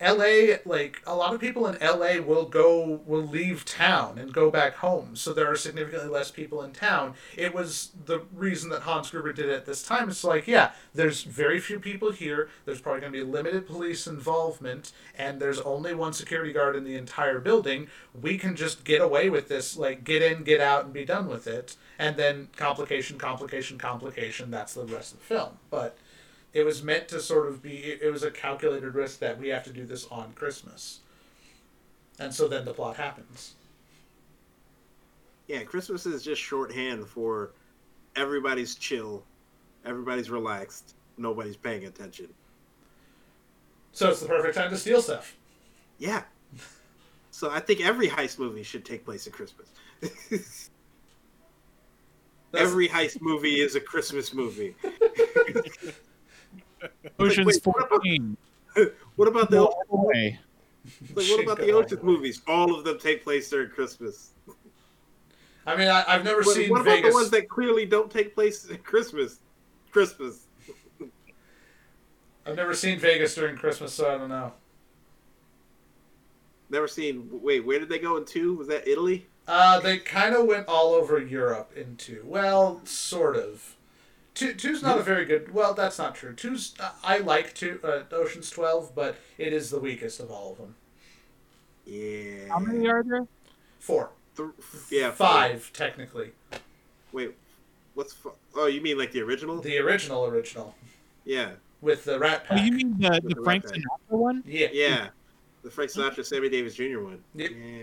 Speaker 3: LA like a lot of people in LA will go will leave town and go back home so there are significantly less people in town it was the reason that Hans Gruber did it at this time it's like yeah there's very few people here there's probably going to be limited police involvement and there's only one security guard in the entire building we can just get away with this like get in get out and be done with it and then complication complication complication that's the rest of the film but it was meant to sort of be it, it was a calculated risk that we have to do this on christmas and so then the plot happens
Speaker 2: Yeah, Christmas is just shorthand for everybody's chill, everybody's relaxed, nobody's paying attention.
Speaker 3: so it's the perfect time to steal stuff
Speaker 2: Yeah. So I think every heist movie should take place at Christmas. (laughs)
Speaker 3: That's-
Speaker 2: every heist movie is a Christmas movie.
Speaker 1: Ocean's
Speaker 2: wait, what about-
Speaker 1: 14.
Speaker 2: What about the
Speaker 1: No way.
Speaker 2: like, what about the Ocean's movies? All of them take place during Christmas.
Speaker 3: i mean I, i've never
Speaker 2: What,
Speaker 3: seen
Speaker 2: what about
Speaker 3: vegas
Speaker 2: the ones that clearly don't take place at Christmas? Christmas.
Speaker 3: i've never seen vegas during christmas so i don't know
Speaker 2: Never seen. Wait, where did they go in two? Was that Italy?
Speaker 3: uh, they kind of went all over europe in two well sort of Two, two's not a very good. Well, that's not true. Two's I like two uh, Ocean's Twelve, but it is the weakest of all of them.
Speaker 2: Yeah.
Speaker 1: How many are there?
Speaker 3: Four,
Speaker 2: Th- yeah.
Speaker 3: five technically.
Speaker 2: Wait, what's? F- oh, you mean like the original?
Speaker 3: The original, original
Speaker 2: Yeah.
Speaker 3: with the Rat
Speaker 1: Oh,
Speaker 3: Pack.
Speaker 1: you mean the, the
Speaker 2: Look
Speaker 1: Frank
Speaker 2: at that.
Speaker 1: Sinatra one?
Speaker 3: Yeah.
Speaker 2: Yeah. The Frank Sinatra, Sammy Davis Jr. one.
Speaker 3: Yep.
Speaker 2: Yeah.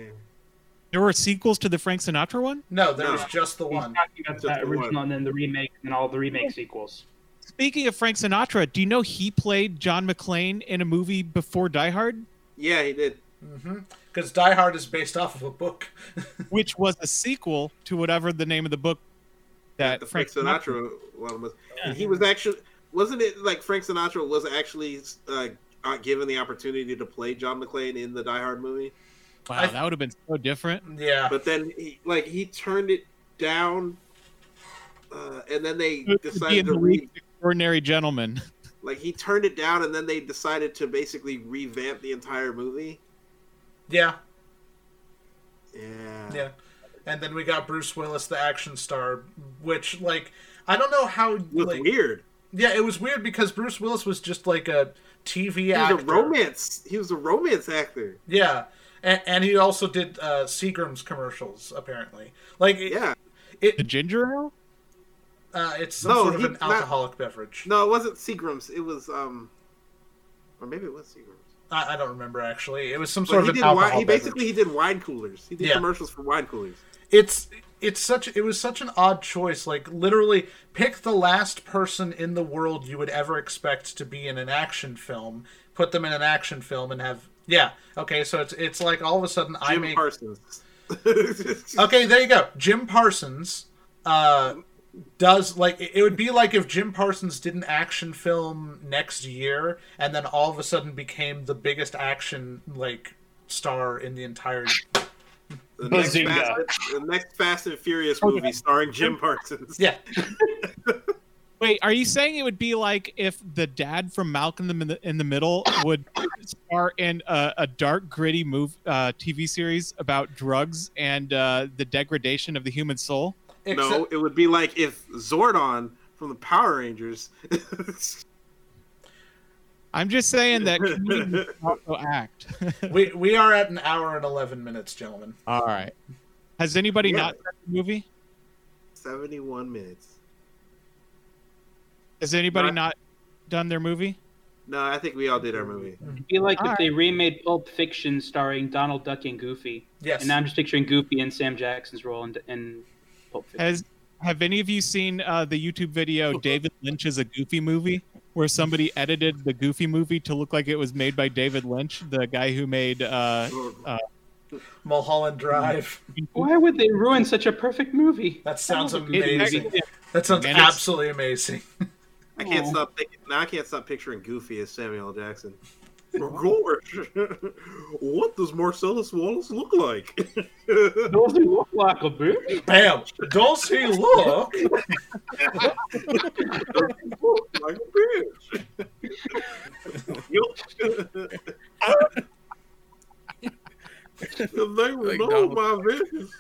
Speaker 1: There were sequels to the Frank Sinatra one.
Speaker 3: No, there
Speaker 2: No.
Speaker 3: was just the
Speaker 4: He's
Speaker 3: one.
Speaker 4: talking about
Speaker 2: Just
Speaker 4: that
Speaker 2: the
Speaker 4: original and then the remake and all the remake sequels.
Speaker 1: Speaking of Frank Sinatra, do you know he played John McClane in a movie before Die Hard,
Speaker 2: Yeah, he did.
Speaker 3: Because Mm-hmm. Die Hard is based off of a book.
Speaker 1: which was a sequel to whatever the name of the book that
Speaker 2: the
Speaker 1: Frank
Speaker 2: Frank Sinatra one was. And he was actually wasn't it like Frank Sinatra was actually uh, uh, given the opportunity to play John McClane in the Die Hard movie,
Speaker 1: Wow,
Speaker 3: I-
Speaker 1: that would have been so different.
Speaker 3: yeah.
Speaker 2: but then he, like he turned it down, uh, and then they
Speaker 1: It would be in
Speaker 2: decided to
Speaker 1: the
Speaker 2: re
Speaker 1: league of Extraordinary gentleman.
Speaker 2: like he turned it down, and then they decided to basically revamp the entire movie.
Speaker 3: Yeah.
Speaker 2: Yeah,
Speaker 3: Yeah. And then we got Bruce Willis, the action star, which, like, I don't know how.
Speaker 2: it was
Speaker 3: like,
Speaker 2: weird.
Speaker 3: Yeah, it was weird because Bruce Willis was just like a TV
Speaker 2: He
Speaker 3: actor.
Speaker 2: was a romance. He was a romance actor.
Speaker 3: Yeah. And, and he also did uh, Seagram's commercials, apparently. Like, it,
Speaker 2: Yeah.
Speaker 1: The ginger ale?
Speaker 3: uh, it's some
Speaker 2: No,
Speaker 3: sort of
Speaker 2: he-
Speaker 3: an
Speaker 2: not-
Speaker 3: alcoholic beverage.
Speaker 2: No, it wasn't Seagram's. It was um, or maybe it was Seagram's.
Speaker 3: I, I don't remember, actually. It was some
Speaker 2: But
Speaker 3: sort of
Speaker 2: he
Speaker 3: an
Speaker 2: did
Speaker 3: alcohol
Speaker 2: wine, he
Speaker 3: beverage.
Speaker 2: basically he did wine coolers. He did
Speaker 3: Yeah.
Speaker 2: commercials for wine coolers.
Speaker 3: it's it's such it was such an odd choice like literally pick the last person in the world you would ever expect to be in an action film put them in an action film and have yeah okay so it's it's like all of a sudden i
Speaker 2: Jim
Speaker 3: make
Speaker 2: Parsons. (laughs)
Speaker 3: okay there you go jim parsons uh does like it it would be like if jim parsons did an action film next year and then all of a sudden became the biggest action like star in the entire
Speaker 2: The next,
Speaker 4: Bazinga.
Speaker 2: Fast, the next Fast and Furious movie starring Jim Parsons.
Speaker 3: yeah
Speaker 1: Wait, are you saying it would be like if the dad from Malcolm in the, in the Middle would star in a, a dark, gritty move uh, TV series about drugs and uh, the degradation of the human soul?
Speaker 2: (laughs) No, it would be like if Zordon from the Power Rangers. (laughs)
Speaker 1: I'm just saying that comedians also act. (laughs)
Speaker 3: we we are at an hour and 11 minutes gentlemen
Speaker 1: All right. Has anybody
Speaker 2: Yeah.
Speaker 1: not seen the movie?
Speaker 2: Seventy-one minutes.
Speaker 1: Has anybody
Speaker 2: Not-
Speaker 1: not done their movie?
Speaker 2: No, I think we all did our movie.
Speaker 4: It'd be like if
Speaker 1: Alright.
Speaker 4: they remade Pulp Fiction starring Donald Duck and Goofy.
Speaker 3: Yes.
Speaker 4: And now I'm just picturing Goofy and Sam Jackson's role in, in Pulp Fiction.
Speaker 1: Has have any of you seen uh, the YouTube video
Speaker 2: (laughs)
Speaker 1: David Lynch's a Goofy movie, where somebody edited the Goofy movie to look like it was made by David Lynch, the guy who made uh,
Speaker 3: Mulholland Drive.
Speaker 4: Why would they ruin such a perfect movie?
Speaker 3: That sounds
Speaker 4: was a good
Speaker 3: amazing.
Speaker 4: movie.
Speaker 3: That sounds
Speaker 1: And it's-
Speaker 3: absolutely amazing.
Speaker 2: I can't
Speaker 4: Aw.
Speaker 2: stop thinking. Now I can't stop picturing Goofy as Samuel L. Jackson. (laughs) George, (laughs) what does Marcellus Wallace look like? (laughs)
Speaker 4: Those who look like a movie.
Speaker 3: Bam! Don't see look.
Speaker 2: like a bitch. (laughs) Yup. if they would
Speaker 5: Like
Speaker 2: know
Speaker 5: Donald
Speaker 2: my vengeance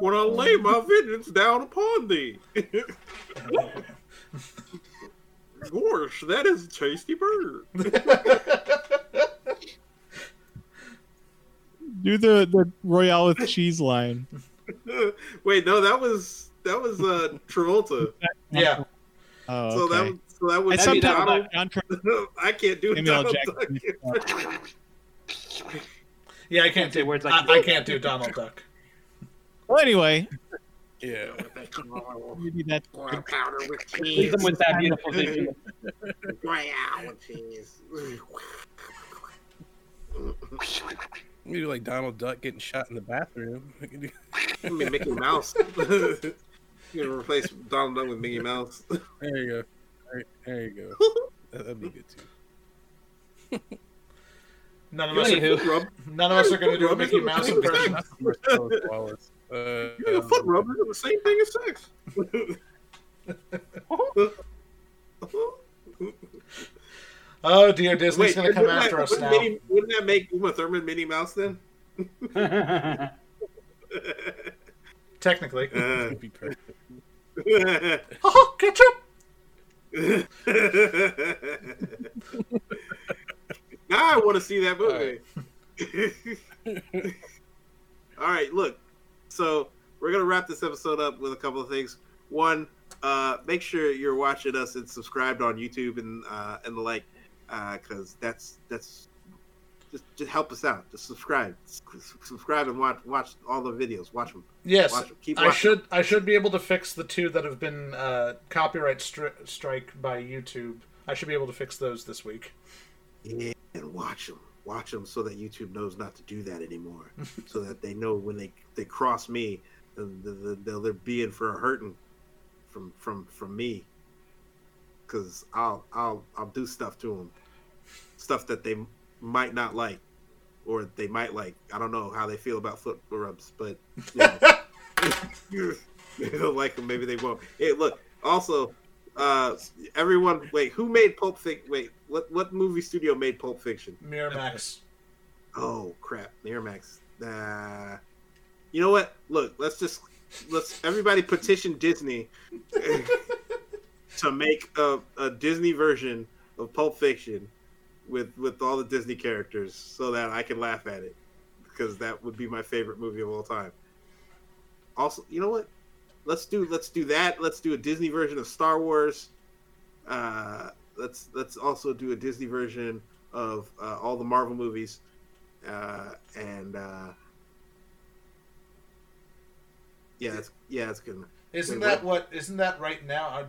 Speaker 2: when I lay my vengeance down upon thee. (laughs) Gosh, that is a tasty bird.
Speaker 1: do the the Royale with cheese line.
Speaker 2: Wait, no, that was that was uh, Travolta.
Speaker 3: Yeah.
Speaker 1: Oh,
Speaker 2: So that was- so that
Speaker 1: I
Speaker 2: was
Speaker 4: That'd be
Speaker 1: sometimes
Speaker 4: that
Speaker 2: Donald.
Speaker 1: John Travolta-
Speaker 2: (laughs) I can't do it.
Speaker 1: Samuel L.
Speaker 2: Donald
Speaker 1: Jackson.
Speaker 2: Duck.
Speaker 3: Yeah, I can't
Speaker 4: say
Speaker 3: do
Speaker 4: words
Speaker 3: words
Speaker 4: like
Speaker 3: like I, I can't do Donald Duck.
Speaker 1: Well, anyway,
Speaker 5: Yeah.
Speaker 4: (laughs)
Speaker 1: maybe that's
Speaker 2: Corn powder with
Speaker 4: Leave
Speaker 2: cheese.
Speaker 4: them with that
Speaker 3: (laughs)
Speaker 4: beautiful vision.
Speaker 2: Wow, cheese.
Speaker 5: Maybe like Donald Duck getting shot in the bathroom. (laughs) We could do-
Speaker 2: I mean, Mickey Mouse. (laughs) You're gonna replace Donald Duck with Mickey Mouse. (laughs)
Speaker 5: There you go. There, there you go. That, would be good too.
Speaker 3: None of us are,
Speaker 4: Anywho.
Speaker 2: Rub,
Speaker 3: none of us are going to do a Mickey Mouse impression.
Speaker 5: Not the Marcellus Wallace. Uh,
Speaker 2: you're a foot rubber. The same thing as sex.
Speaker 3: Oh dear, Disney's
Speaker 2: (laughs) Wait,
Speaker 3: going to come
Speaker 2: wouldn't that-
Speaker 3: after us
Speaker 2: wouldn't
Speaker 3: now.
Speaker 2: Minnie- wouldn't that make Uma Thurman Minnie Mouse then? (laughs)
Speaker 3: Technically.
Speaker 2: Uh, (laughs)
Speaker 5: That'd be perfect.
Speaker 3: Oh, ketchup.
Speaker 2: now I want to see that movie. (laughs) All right, look. So we're gonna wrap this episode up with a couple of things. One, uh, make sure you're watching us and subscribed on YouTube and uh, and the like, because uh, that's that's just, just help us out. Just subscribe, S- subscribe and watch watch all the videos. Watch them.
Speaker 3: Yes,
Speaker 2: Watch them. Keep
Speaker 3: I
Speaker 2: watching.
Speaker 3: should I should be able to fix the two that have been uh, copyright stri- strike by YouTube. I should be able to fix those this week.
Speaker 2: Yeah, and watch them. Watch them so that YouTube knows not to do that anymore. so that they know when they they cross me, then th- th- they'll they're being for a hurting from from from me. Cause I'll I'll I'll do stuff to them, stuff that they might not like, or they might like. I don't know how they feel about foot rubs, but you know, maybe they'll like them. Maybe (laughs) they won't. Hey, look. Also, uh, everyone, wait, who made Pulp Fiction? Wait, what what movie studio made Pulp Fiction?
Speaker 3: Miramax.
Speaker 2: Oh crap, Miramax. Nah. You know what? Look, let's just let's everybody petition Disney to make a, a Disney version of Pulp Fiction with with all the Disney characters so that I can laugh at it because that would be my favorite movie of all time. Also, you know what? Let's do let's do that. Let's do a Disney version of Star Wars. Uh, let's let's also do a Disney version of uh, all the Marvel movies uh, and uh, yeah, that's, yeah, that's good.
Speaker 3: Isn't
Speaker 2: Wait,
Speaker 3: that what? Isn't that right now? Aren't-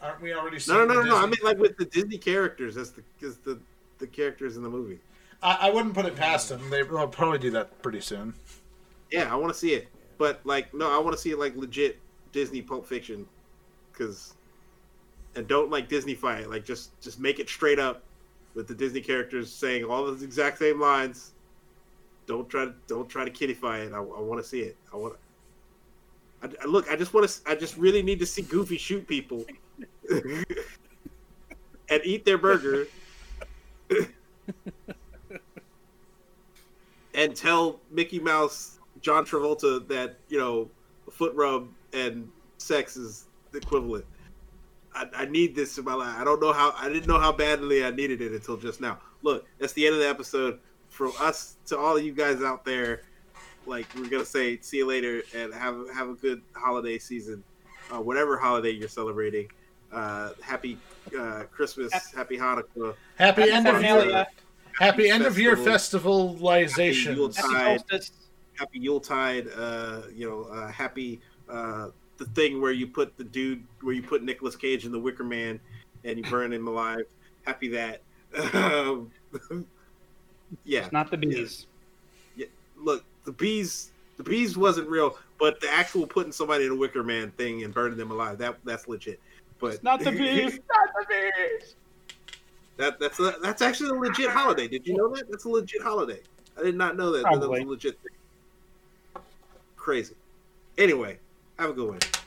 Speaker 3: Aren't we already?
Speaker 2: No, no,
Speaker 3: seeing
Speaker 2: no, no,
Speaker 3: the
Speaker 2: no. I mean,
Speaker 3: Disney-
Speaker 2: like with the Disney characters, that's the because the the characters in the movie.
Speaker 3: I, I wouldn't put it past them. They, will probably do that pretty soon.
Speaker 2: Yeah, I want to see it, but like, no, I want to see like legit Disney Pulp Fiction, because and don't like Disneyfy it. Like, just just make it straight up with the Disney characters saying all those exact same lines. Don't try to don't try to kiddify it. I, I want to see it. I want. I, I, look, I just want to. I just really need to see Goofy shoot people (laughs) and eat their burger and tell Mickey Mouse, John Travolta that you know foot rub and sex is the equivalent. I, I need this in my life. I don't know how. I didn't know how badly I needed it until just now. Look, that's the end of the episode. From us to all of you guys out there, like we're gonna say, see you later and have have a good holiday season, uh, whatever holiday you're celebrating. Uh, happy uh, Christmas, happy Hanukkah,
Speaker 3: Happy,
Speaker 4: Happy
Speaker 3: end of year.
Speaker 4: Hanukkah.
Speaker 3: Happy end of year
Speaker 2: Happy Yule
Speaker 3: festivalization.
Speaker 4: Happy
Speaker 2: Tide.
Speaker 4: solstice.
Speaker 2: happy Yuletide, uh, you know, uh, happy uh, the thing where you put the dude where you put Nicolas Cage in the Wicker Man and you burn him alive. Happy that. (laughs) Um, yeah,
Speaker 4: It's not the bees.
Speaker 2: look, the bees, the bees wasn't real, but the actual putting somebody in a Wicker Man thing and burning them alive that that's legit. But
Speaker 4: It's (laughs) not the bees. not the bees.
Speaker 2: (laughs) that that's a, that's actually a legit holiday. Did you know that? That's a legit holiday. I did not know that. that was
Speaker 4: Probably.
Speaker 2: a legit thing. Crazy. Anyway, have a good one.